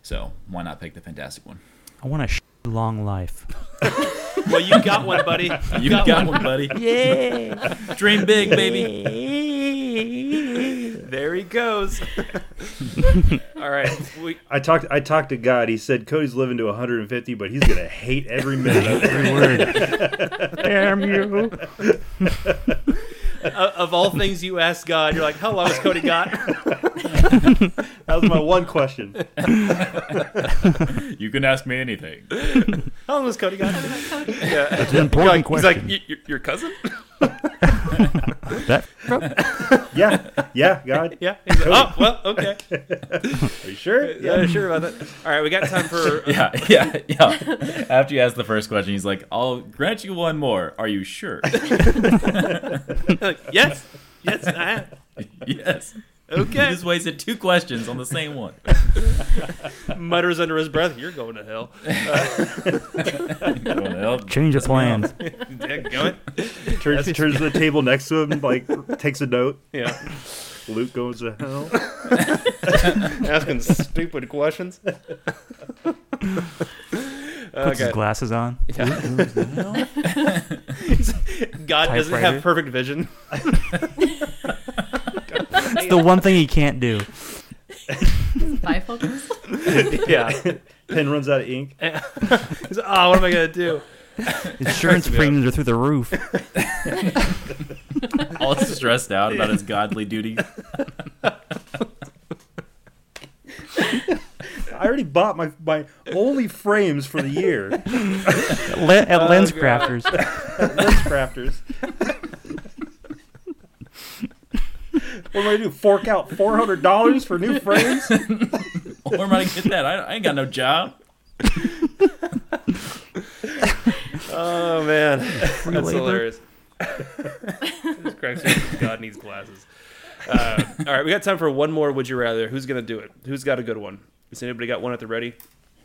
Speaker 2: So why not pick the fantastic one?
Speaker 4: I want a sh- long life.
Speaker 1: Well, you got one, buddy.
Speaker 2: You
Speaker 1: <laughs>
Speaker 2: got, <laughs> one, buddy.
Speaker 4: Yeah,
Speaker 2: Dream big, baby.
Speaker 1: There he <laughs> goes. All right. We,
Speaker 5: I talked. I talked to God. He said Cody's living to 150, but he's gonna hate every minute. of it.
Speaker 4: Damn you!
Speaker 1: of, uh, of all things you ask God, you're like, how long has Cody got?
Speaker 5: That was my one question.
Speaker 2: You can ask me anything.
Speaker 1: How long has Cody <laughs> got?
Speaker 4: It's an
Speaker 1: He's
Speaker 4: important question.
Speaker 1: like, "Y- y- your cousin?
Speaker 4: That-
Speaker 5: Yeah, yeah, God.
Speaker 1: Yeah. <laughs> He's like, oh, well, <laughs> okay.
Speaker 5: Are you sure?
Speaker 1: Yeah, sure about that. All right, we got time for.
Speaker 2: <laughs>
Speaker 1: uh,
Speaker 2: Yeah, yeah, yeah. After you ask the first question, he's like, "I'll grant you one more. Are you sure?" <laughs>
Speaker 1: <laughs> like, yes. Yes, I am. <laughs>
Speaker 2: yes. You
Speaker 1: Okay.
Speaker 2: just wasted two questions on the same one.
Speaker 1: Mutters under his breath, you're going to <laughs> hell.
Speaker 2: Well,
Speaker 4: Change of plans.
Speaker 1: Dadgummit.
Speaker 5: Turns, turns to the table next to him, like takes a note.
Speaker 1: Yeah.
Speaker 5: Luke goes to hell.
Speaker 1: Asking stupid questions.
Speaker 4: Puts
Speaker 1: okay.
Speaker 4: his glasses on.
Speaker 1: <laughs> God doesn't
Speaker 4: typewriter.
Speaker 1: have perfect vision. <laughs>
Speaker 4: It's the one thing he can't do.
Speaker 3: Bifocals.
Speaker 1: Yeah.
Speaker 5: <laughs> Pen runs out of ink.
Speaker 1: He's like, oh, what am I going to do?
Speaker 4: Insurance
Speaker 1: me up.
Speaker 4: premiums are through the roof.
Speaker 2: all stressed out about his godly duties.
Speaker 5: already bought my my only frames for the year.
Speaker 4: At, le- at Lens Crafters.
Speaker 5: Lens crafters. <laughs> what am I gonna do? Fork out four hundred dollars for new frames?
Speaker 2: Where am I gonna get that? I, I ain't got no job.
Speaker 1: Oh man, that's
Speaker 4: labor. <laughs>
Speaker 1: hilarious. This cracks me up. God needs glasses. Uh, all right, we got time for one more. Would you rather? Who's gonna do it? Who's got a good one? Has anybody got one at the ready?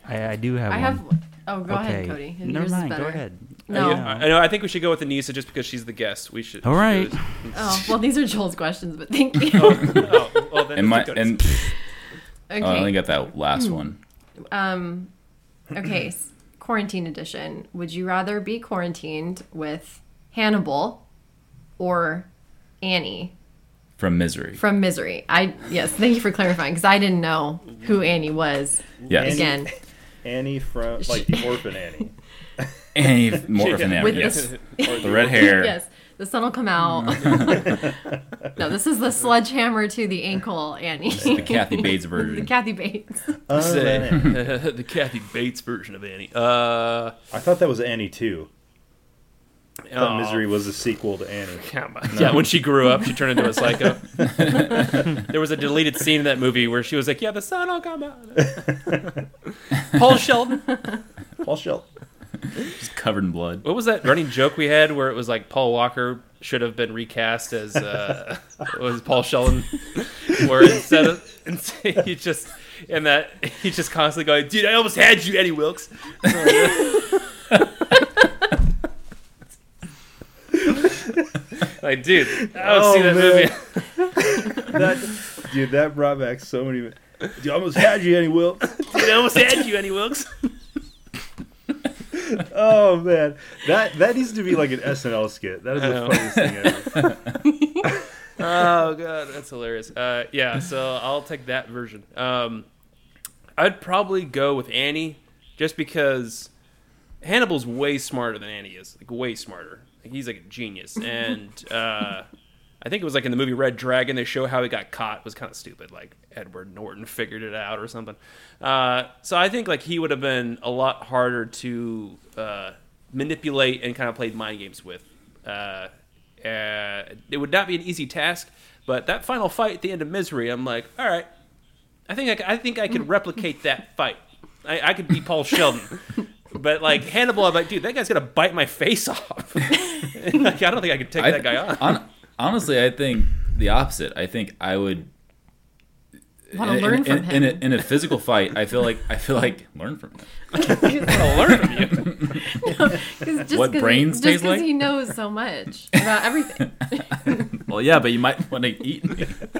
Speaker 4: I, I do have
Speaker 3: I
Speaker 4: one.
Speaker 3: have. Oh, go ahead, Cody.
Speaker 4: Never
Speaker 3: Yours is
Speaker 4: mind. Go
Speaker 3: better.
Speaker 4: ahead.
Speaker 3: No.
Speaker 4: Yeah.
Speaker 1: I I know. I think we should go with Anissa just because she's the guest. We should.
Speaker 4: All right.
Speaker 3: Oh, well, these are Joel's questions,
Speaker 1: <laughs>
Speaker 3: but thank you.
Speaker 1: oh, well, uh, then
Speaker 2: And my
Speaker 1: it's Cody's.
Speaker 2: and
Speaker 3: <laughs> Okay.
Speaker 2: oh, I only got that last one.
Speaker 3: Um,
Speaker 2: Mm-hmm.
Speaker 3: okay, s- quarantine edition. Would you rather be quarantined with Hannibal or Annie
Speaker 2: From misery.
Speaker 3: from Misery? I yes, thank you for clarifying because I didn't know who Annie was
Speaker 2: Yes.
Speaker 5: Annie-
Speaker 3: again.
Speaker 5: Annie from like the orphan Annie.
Speaker 2: Any more than that.
Speaker 3: <laughs> With
Speaker 2: Yes.
Speaker 3: this-
Speaker 2: The red hair.
Speaker 3: yes, the sun will come out. <laughs> no, this is the sledgehammer to the ankle, Annie.
Speaker 2: Mm. The Kathy Bates version.
Speaker 3: the <laughs>
Speaker 2: <laughs>
Speaker 3: Kathy Bates.
Speaker 5: Annie.
Speaker 1: Say, <laughs> the Kathy Bates version of Annie. Uh,
Speaker 5: I thought that was Annie too. I thought
Speaker 1: oh,
Speaker 5: Misery was a sequel to Annie.
Speaker 1: come on. Yeah, when she grew up, she turned into a psycho. <laughs> there was a deleted scene in that movie where she was like, "Yeah, the sun will come out." Paul Sheldon.
Speaker 5: Paul Shell.
Speaker 2: Just covered in blood.
Speaker 1: What was that running joke we had where it was like Paul Walker should have been recast as uh, what was it, Paul Sheldon, where instead of instead he just and that he just constantly going, "Dude, I almost had you, Eddie Wilkes." <laughs> like, dude, I don't see
Speaker 5: Oh,
Speaker 1: that
Speaker 5: man.
Speaker 1: movie. <laughs>
Speaker 5: That dude, that brought back so many. Dude, I almost had you, Annie Will.
Speaker 1: Dude, I almost had you, Eddie Wilkes.
Speaker 5: Oh man, that that needs to be like an SNL skit. That is
Speaker 1: I
Speaker 5: the
Speaker 1: know.
Speaker 5: funniest thing ever.
Speaker 1: oh god, that's hilarious. Uh, yeah, so I'll take that version. Um, I'd probably go with Annie, just because Hannibal's way smarter than Annie is. Like way smarter. Like, he's like a genius. And uh, I think it was like in the movie Red Dragon, they show how he got caught. It was kind of stupid. Like Edward Norton figured it out or something. Uh, so I think like he would have been a lot harder to uh, manipulate and kind of play mind games with. Uh, uh, it would not be an easy task, but that final fight at the end of Misery, I'm like, all right, I think I, c- I think I could replicate that fight. I, I could be Paul Sheldon. But like Hannibal, I'm like, dude, that guy's gonna bite my face off. <laughs> like, I don't think I could take
Speaker 2: I-
Speaker 1: that guy on.
Speaker 2: hon- honestly, I think the opposite. I think I would
Speaker 3: Want to
Speaker 2: in,
Speaker 3: learn
Speaker 2: in,
Speaker 3: from
Speaker 2: in, in
Speaker 3: him?
Speaker 2: a, in a physical fight. I feel like I feel like learn from him.
Speaker 1: I'll
Speaker 3: <laughs>
Speaker 1: learn from you.
Speaker 3: Cause just
Speaker 2: What
Speaker 3: 'cause
Speaker 2: brains
Speaker 3: he,
Speaker 2: taste
Speaker 3: just 'cause
Speaker 2: like?
Speaker 3: he knows so much about everything.
Speaker 2: <laughs> Well, yeah, but you might want to eat me. <laughs>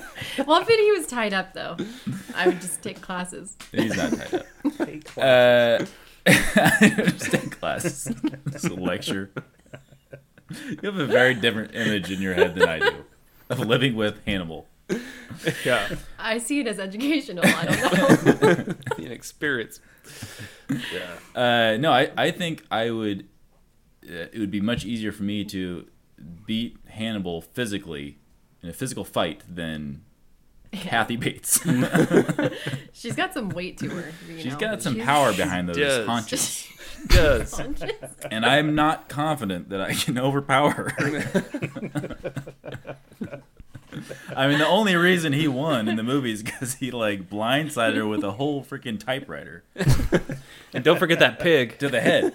Speaker 3: well, if he was tied up though, I would just take classes.
Speaker 2: He's not tied up. Uh, <laughs> just take classes. It's a lecture. You have a very different image in your head than I do of living with Hannibal.
Speaker 1: <laughs>
Speaker 2: <laughs>
Speaker 1: Yeah,
Speaker 3: I see it as educational. I don't know.
Speaker 1: an experience. Yeah.
Speaker 2: Uh, no, I, I think I would. Uh, it would be much easier for me to beat Hannibal physically in a physical fight than
Speaker 1: <laughs>
Speaker 2: Kathy Bates.
Speaker 3: She's got some weight to her. You
Speaker 2: She's
Speaker 3: know?
Speaker 2: got some
Speaker 3: She's-
Speaker 2: power
Speaker 3: <laughs>
Speaker 2: behind those
Speaker 1: does.
Speaker 2: haunches,
Speaker 1: Does.
Speaker 2: and I'm not confident that I can overpower her. <laughs> I mean, the only reason he won in the movie is because he like blindsided her with a whole freaking typewriter
Speaker 1: And don't forget that pig.
Speaker 2: to
Speaker 1: <laughs>
Speaker 2: the head.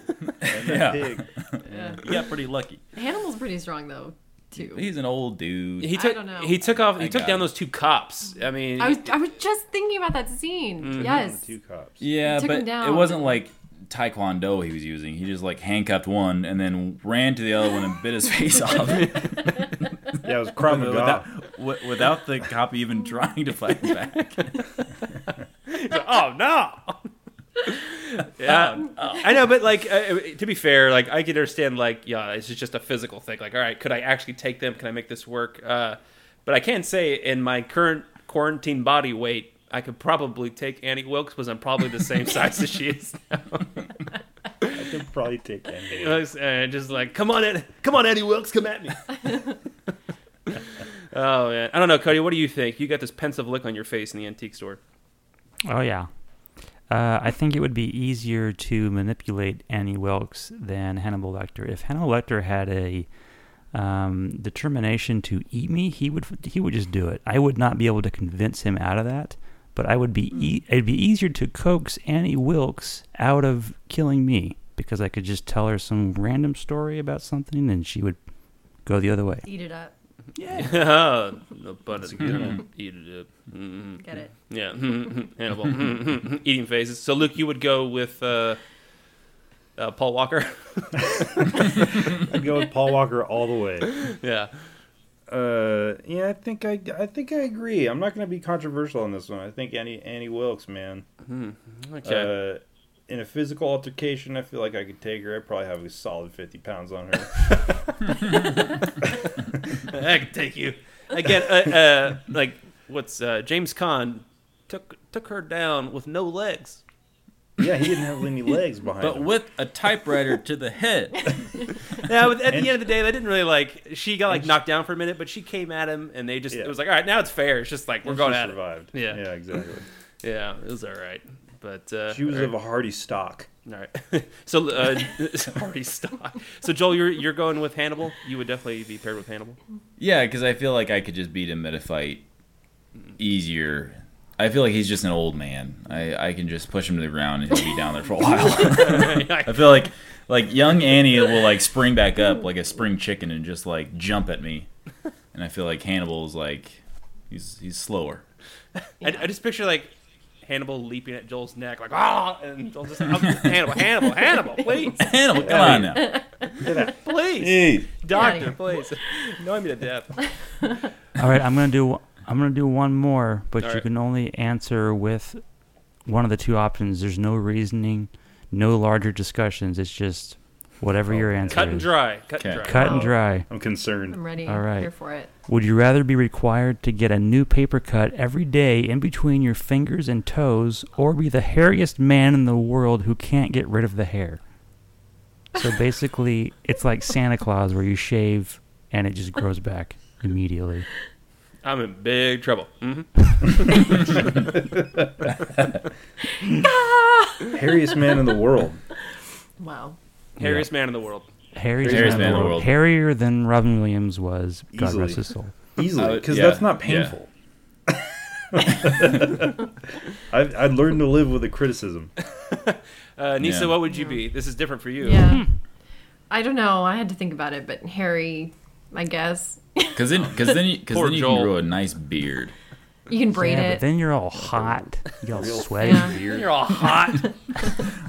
Speaker 2: yeah,
Speaker 5: Pig.
Speaker 3: Yeah.
Speaker 2: he got pretty lucky.
Speaker 3: Hannibal's pretty strong though, too.
Speaker 2: He's an old dude.
Speaker 1: He took.
Speaker 3: don't know.
Speaker 1: He took off. He
Speaker 2: I
Speaker 1: took
Speaker 2: got
Speaker 1: down
Speaker 2: it.
Speaker 1: those two cops. I mean,
Speaker 3: I was I was just thinking about that scene.
Speaker 2: Mm-hmm.
Speaker 3: Yes.
Speaker 5: Two cops.
Speaker 2: Yeah,
Speaker 3: took him
Speaker 2: but
Speaker 3: down.
Speaker 2: it wasn't like taekwondo he was using. He just like handcuffed one and then ran to the other one and bit
Speaker 3: <laughs>
Speaker 2: his face off <laughs>
Speaker 5: Yeah, it was <laughs> Krav Maga.
Speaker 2: without, Oh wi- without the cop even trying to fight back.
Speaker 1: <laughs> oh no.
Speaker 3: <laughs>
Speaker 1: yeah, I know, but like uh, to be fair, like I can understand, like yeah, this is just a physical thing. Like, all right, could I actually take them? Can I make this work? Uh, but I can say, in my current quarantine body weight, I could probably take Annie Wilkes because I'm probably the
Speaker 3: <laughs>
Speaker 1: same size as she is.
Speaker 5: I could probably take Annie.
Speaker 1: Uh, just like, come on, Ed, come on, Annie Wilkes, come at me. oh man, <laughs> I don't know, Cody. What do you think? You got this pensive look on your face in the antique store.
Speaker 4: Oh yeah. Uh, I think it would be easier to manipulate Annie Wilkes than Hannibal Lecter. If Hannibal Lecter had a um, determination to eat me, he would he would just do it. I would not be able to convince him out of that, but I would be e- it'd be easier to coax Annie Wilkes out of killing me because I could just tell her some random story about something and she would go the other way.
Speaker 3: Eat it up.
Speaker 1: no pun intended. Eat it up. Mhm.
Speaker 3: Get it.
Speaker 1: Yeah, <laughs> Hannibal. <laughs> Eating phases. So, Luke, you would go with uh, uh, Paul Walker. <laughs>
Speaker 5: I'd go with Paul Walker all the way.
Speaker 1: yeah.
Speaker 5: Uh, yeah, I think I, I think I agree. I'm not going to be controversial on this one. I think Annie Annie Wilkes, man.
Speaker 1: Okay.
Speaker 5: Uh, in a physical altercation, I feel like I could take her. I probably have a solid 50 pounds on her.
Speaker 1: I can take you again. Uh, uh, like what's uh, James Caan took took her down with no legs,
Speaker 5: <laughs> yeah, he didn't <laughs> have any legs
Speaker 2: <laughs>
Speaker 5: behind
Speaker 2: But
Speaker 5: him.
Speaker 2: with a typewriter to the <laughs> head.
Speaker 1: Yeah, but at the end of the day, they didn't really like. She got like knocked down for a minute, but she came at him, and they just
Speaker 5: Yeah.
Speaker 1: it was like, all right, now it's fair. It's just like we're going
Speaker 5: she
Speaker 1: at
Speaker 5: survived.
Speaker 1: Yeah.
Speaker 5: yeah, exactly.
Speaker 1: it. Yeah, it was all right. But uh,
Speaker 5: She was
Speaker 1: all right.
Speaker 5: of a hardy stock.
Speaker 1: All right. <laughs> so uh, already stopped. So Joel, you're you're going with Hannibal. You would definitely be paired with Hannibal. <laughs>
Speaker 2: yeah, because I feel like I could just beat him at a fight easier. I feel like he's just an old man. I, I can just push him to the ground and he'll be down there for a
Speaker 3: <laughs>
Speaker 2: while. I feel like like young Annie will like spring back up like a spring chicken and just like jump at me. And I feel like Hannibal is like he's he's slower. <laughs>
Speaker 1: I, I just picture like Hannibal leaping at Joel's neck, like ah, and Joel's just like, Hannibal, Hannibal, Hannibal, please,
Speaker 2: Hannibal, come on now.
Speaker 1: please,
Speaker 2: Hey.
Speaker 1: doctor, please, annoy me to
Speaker 5: <laughs>
Speaker 1: death.
Speaker 4: All right, I'm gonna do I'm gonna do one more, but
Speaker 1: All
Speaker 4: you
Speaker 1: right.
Speaker 4: can only answer with one of the two options. There's no reasoning, no larger discussions. It's just whatever your answer
Speaker 1: Oh, Cut and
Speaker 4: is.
Speaker 1: dry, Oh. cut and
Speaker 2: Okay.
Speaker 1: dry.
Speaker 4: Cut and dry.
Speaker 5: I'm concerned.
Speaker 2: Mm-hmm.
Speaker 3: I'm ready.
Speaker 4: All right.
Speaker 3: Here for it. <laughs>
Speaker 4: Would you rather be required to get a new paper cut every day in between your fingers and toes, or be the hairiest man in the world who can't get rid of the hair? So basically, it's like Santa Claus, where you shave and it just grows back immediately.
Speaker 1: I'm in big trouble. hmm
Speaker 5: Hairiest man in the world.
Speaker 3: Wow.
Speaker 1: Hairiest man in the world.
Speaker 4: Harry's
Speaker 2: Harry's
Speaker 4: man, in the world. Hairier than Robin Williams was. God
Speaker 5: Easily.
Speaker 4: rest his soul.
Speaker 5: Easily,
Speaker 2: Uh,
Speaker 5: because
Speaker 2: yeah,
Speaker 5: that's not
Speaker 2: yeah.
Speaker 5: painful. <laughs> I've, I've learned to live with the criticism.
Speaker 1: Uh, Nisa,
Speaker 2: Yeah.
Speaker 1: what would you
Speaker 3: Yeah.
Speaker 1: be? This is different for you.
Speaker 2: Hmm.
Speaker 3: Yeah. I don't know. I had to think about it, but Harry, I guess
Speaker 2: Cause then, cause then, you, cause
Speaker 1: Poor
Speaker 2: then you
Speaker 1: Joel.
Speaker 2: can grow a nice beard.
Speaker 3: you can braid
Speaker 4: yeah,
Speaker 3: it.
Speaker 4: but then you're all hot. You're all sweaty.
Speaker 3: yeah.
Speaker 1: You're all hot.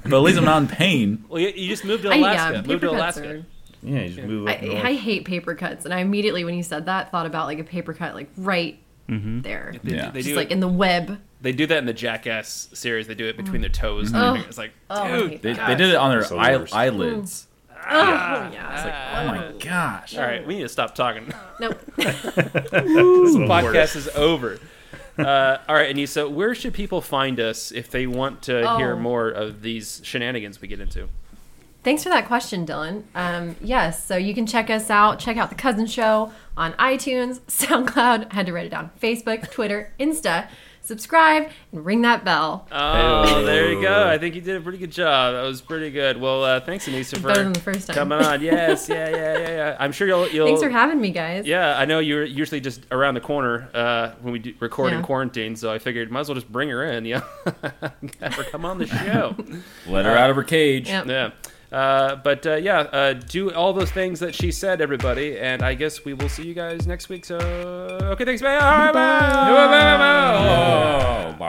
Speaker 2: But at least I'm not in pain.
Speaker 1: <laughs> well, you, you just moved to
Speaker 3: I,
Speaker 1: Alaska.
Speaker 3: yeah,
Speaker 1: moved
Speaker 3: paper
Speaker 1: to
Speaker 3: cuts
Speaker 1: Alaska.
Speaker 3: are.
Speaker 5: Yeah, you just move
Speaker 3: I,
Speaker 5: up north.
Speaker 3: I hate paper cuts, and I immediately, when you said that, thought about like a paper cut, like right there,
Speaker 1: They,
Speaker 2: Yeah.
Speaker 1: they,
Speaker 3: just
Speaker 1: do
Speaker 3: like
Speaker 1: it,
Speaker 3: in the web.
Speaker 1: they do that in the Jackass series. They do it between their toes. And
Speaker 3: Oh.
Speaker 1: everything. It's like,
Speaker 3: Oh, I
Speaker 1: dude.
Speaker 3: hate
Speaker 2: They,
Speaker 1: God.
Speaker 2: they did it on their
Speaker 5: It's the
Speaker 2: eye,
Speaker 5: worst.
Speaker 2: eyelids.
Speaker 3: Oh,
Speaker 1: Ah. <laughs>
Speaker 3: yeah.
Speaker 2: Oh my gosh.
Speaker 1: All right, we need to stop talking.
Speaker 3: no.
Speaker 1: this podcast is over. Uh, all right, Anissa, where should people find us if they want to
Speaker 3: Oh.
Speaker 1: hear more of these shenanigans we get into?
Speaker 3: Thanks for that question, Dylan. Um, yes, so you can check us out. Check out the Cousin Show on iTunes, <laughs> SoundCloud. I had to write it down. Facebook, Twitter, Insta. Subscribe and ring that bell.
Speaker 1: Oh, there you go. I think you did a pretty good job. That was pretty good. Well, uh, thanks, Anissa,
Speaker 3: Better than the
Speaker 1: for
Speaker 3: first time.
Speaker 1: coming on. Yes, yeah, yeah, yeah, yeah. I'm sure
Speaker 3: <laughs>
Speaker 1: you'll. you'll
Speaker 3: Thanks for having me, guys.
Speaker 1: yeah, I know you're usually just around the corner uh, when we do record in
Speaker 3: Yeah.
Speaker 1: quarantine, so I figured might as well just bring her in. Yeah, have her come on the show.
Speaker 2: Let
Speaker 1: Uh,
Speaker 2: her out of her cage.
Speaker 3: Yep.
Speaker 1: Yeah. Uh, but uh, yeah, uh, do all those things that she said, everybody, and I guess we will see you guys next week. So okay, thanks, bye. All right, bye. Bye, bye, bye, bye.
Speaker 2: Oh, bye.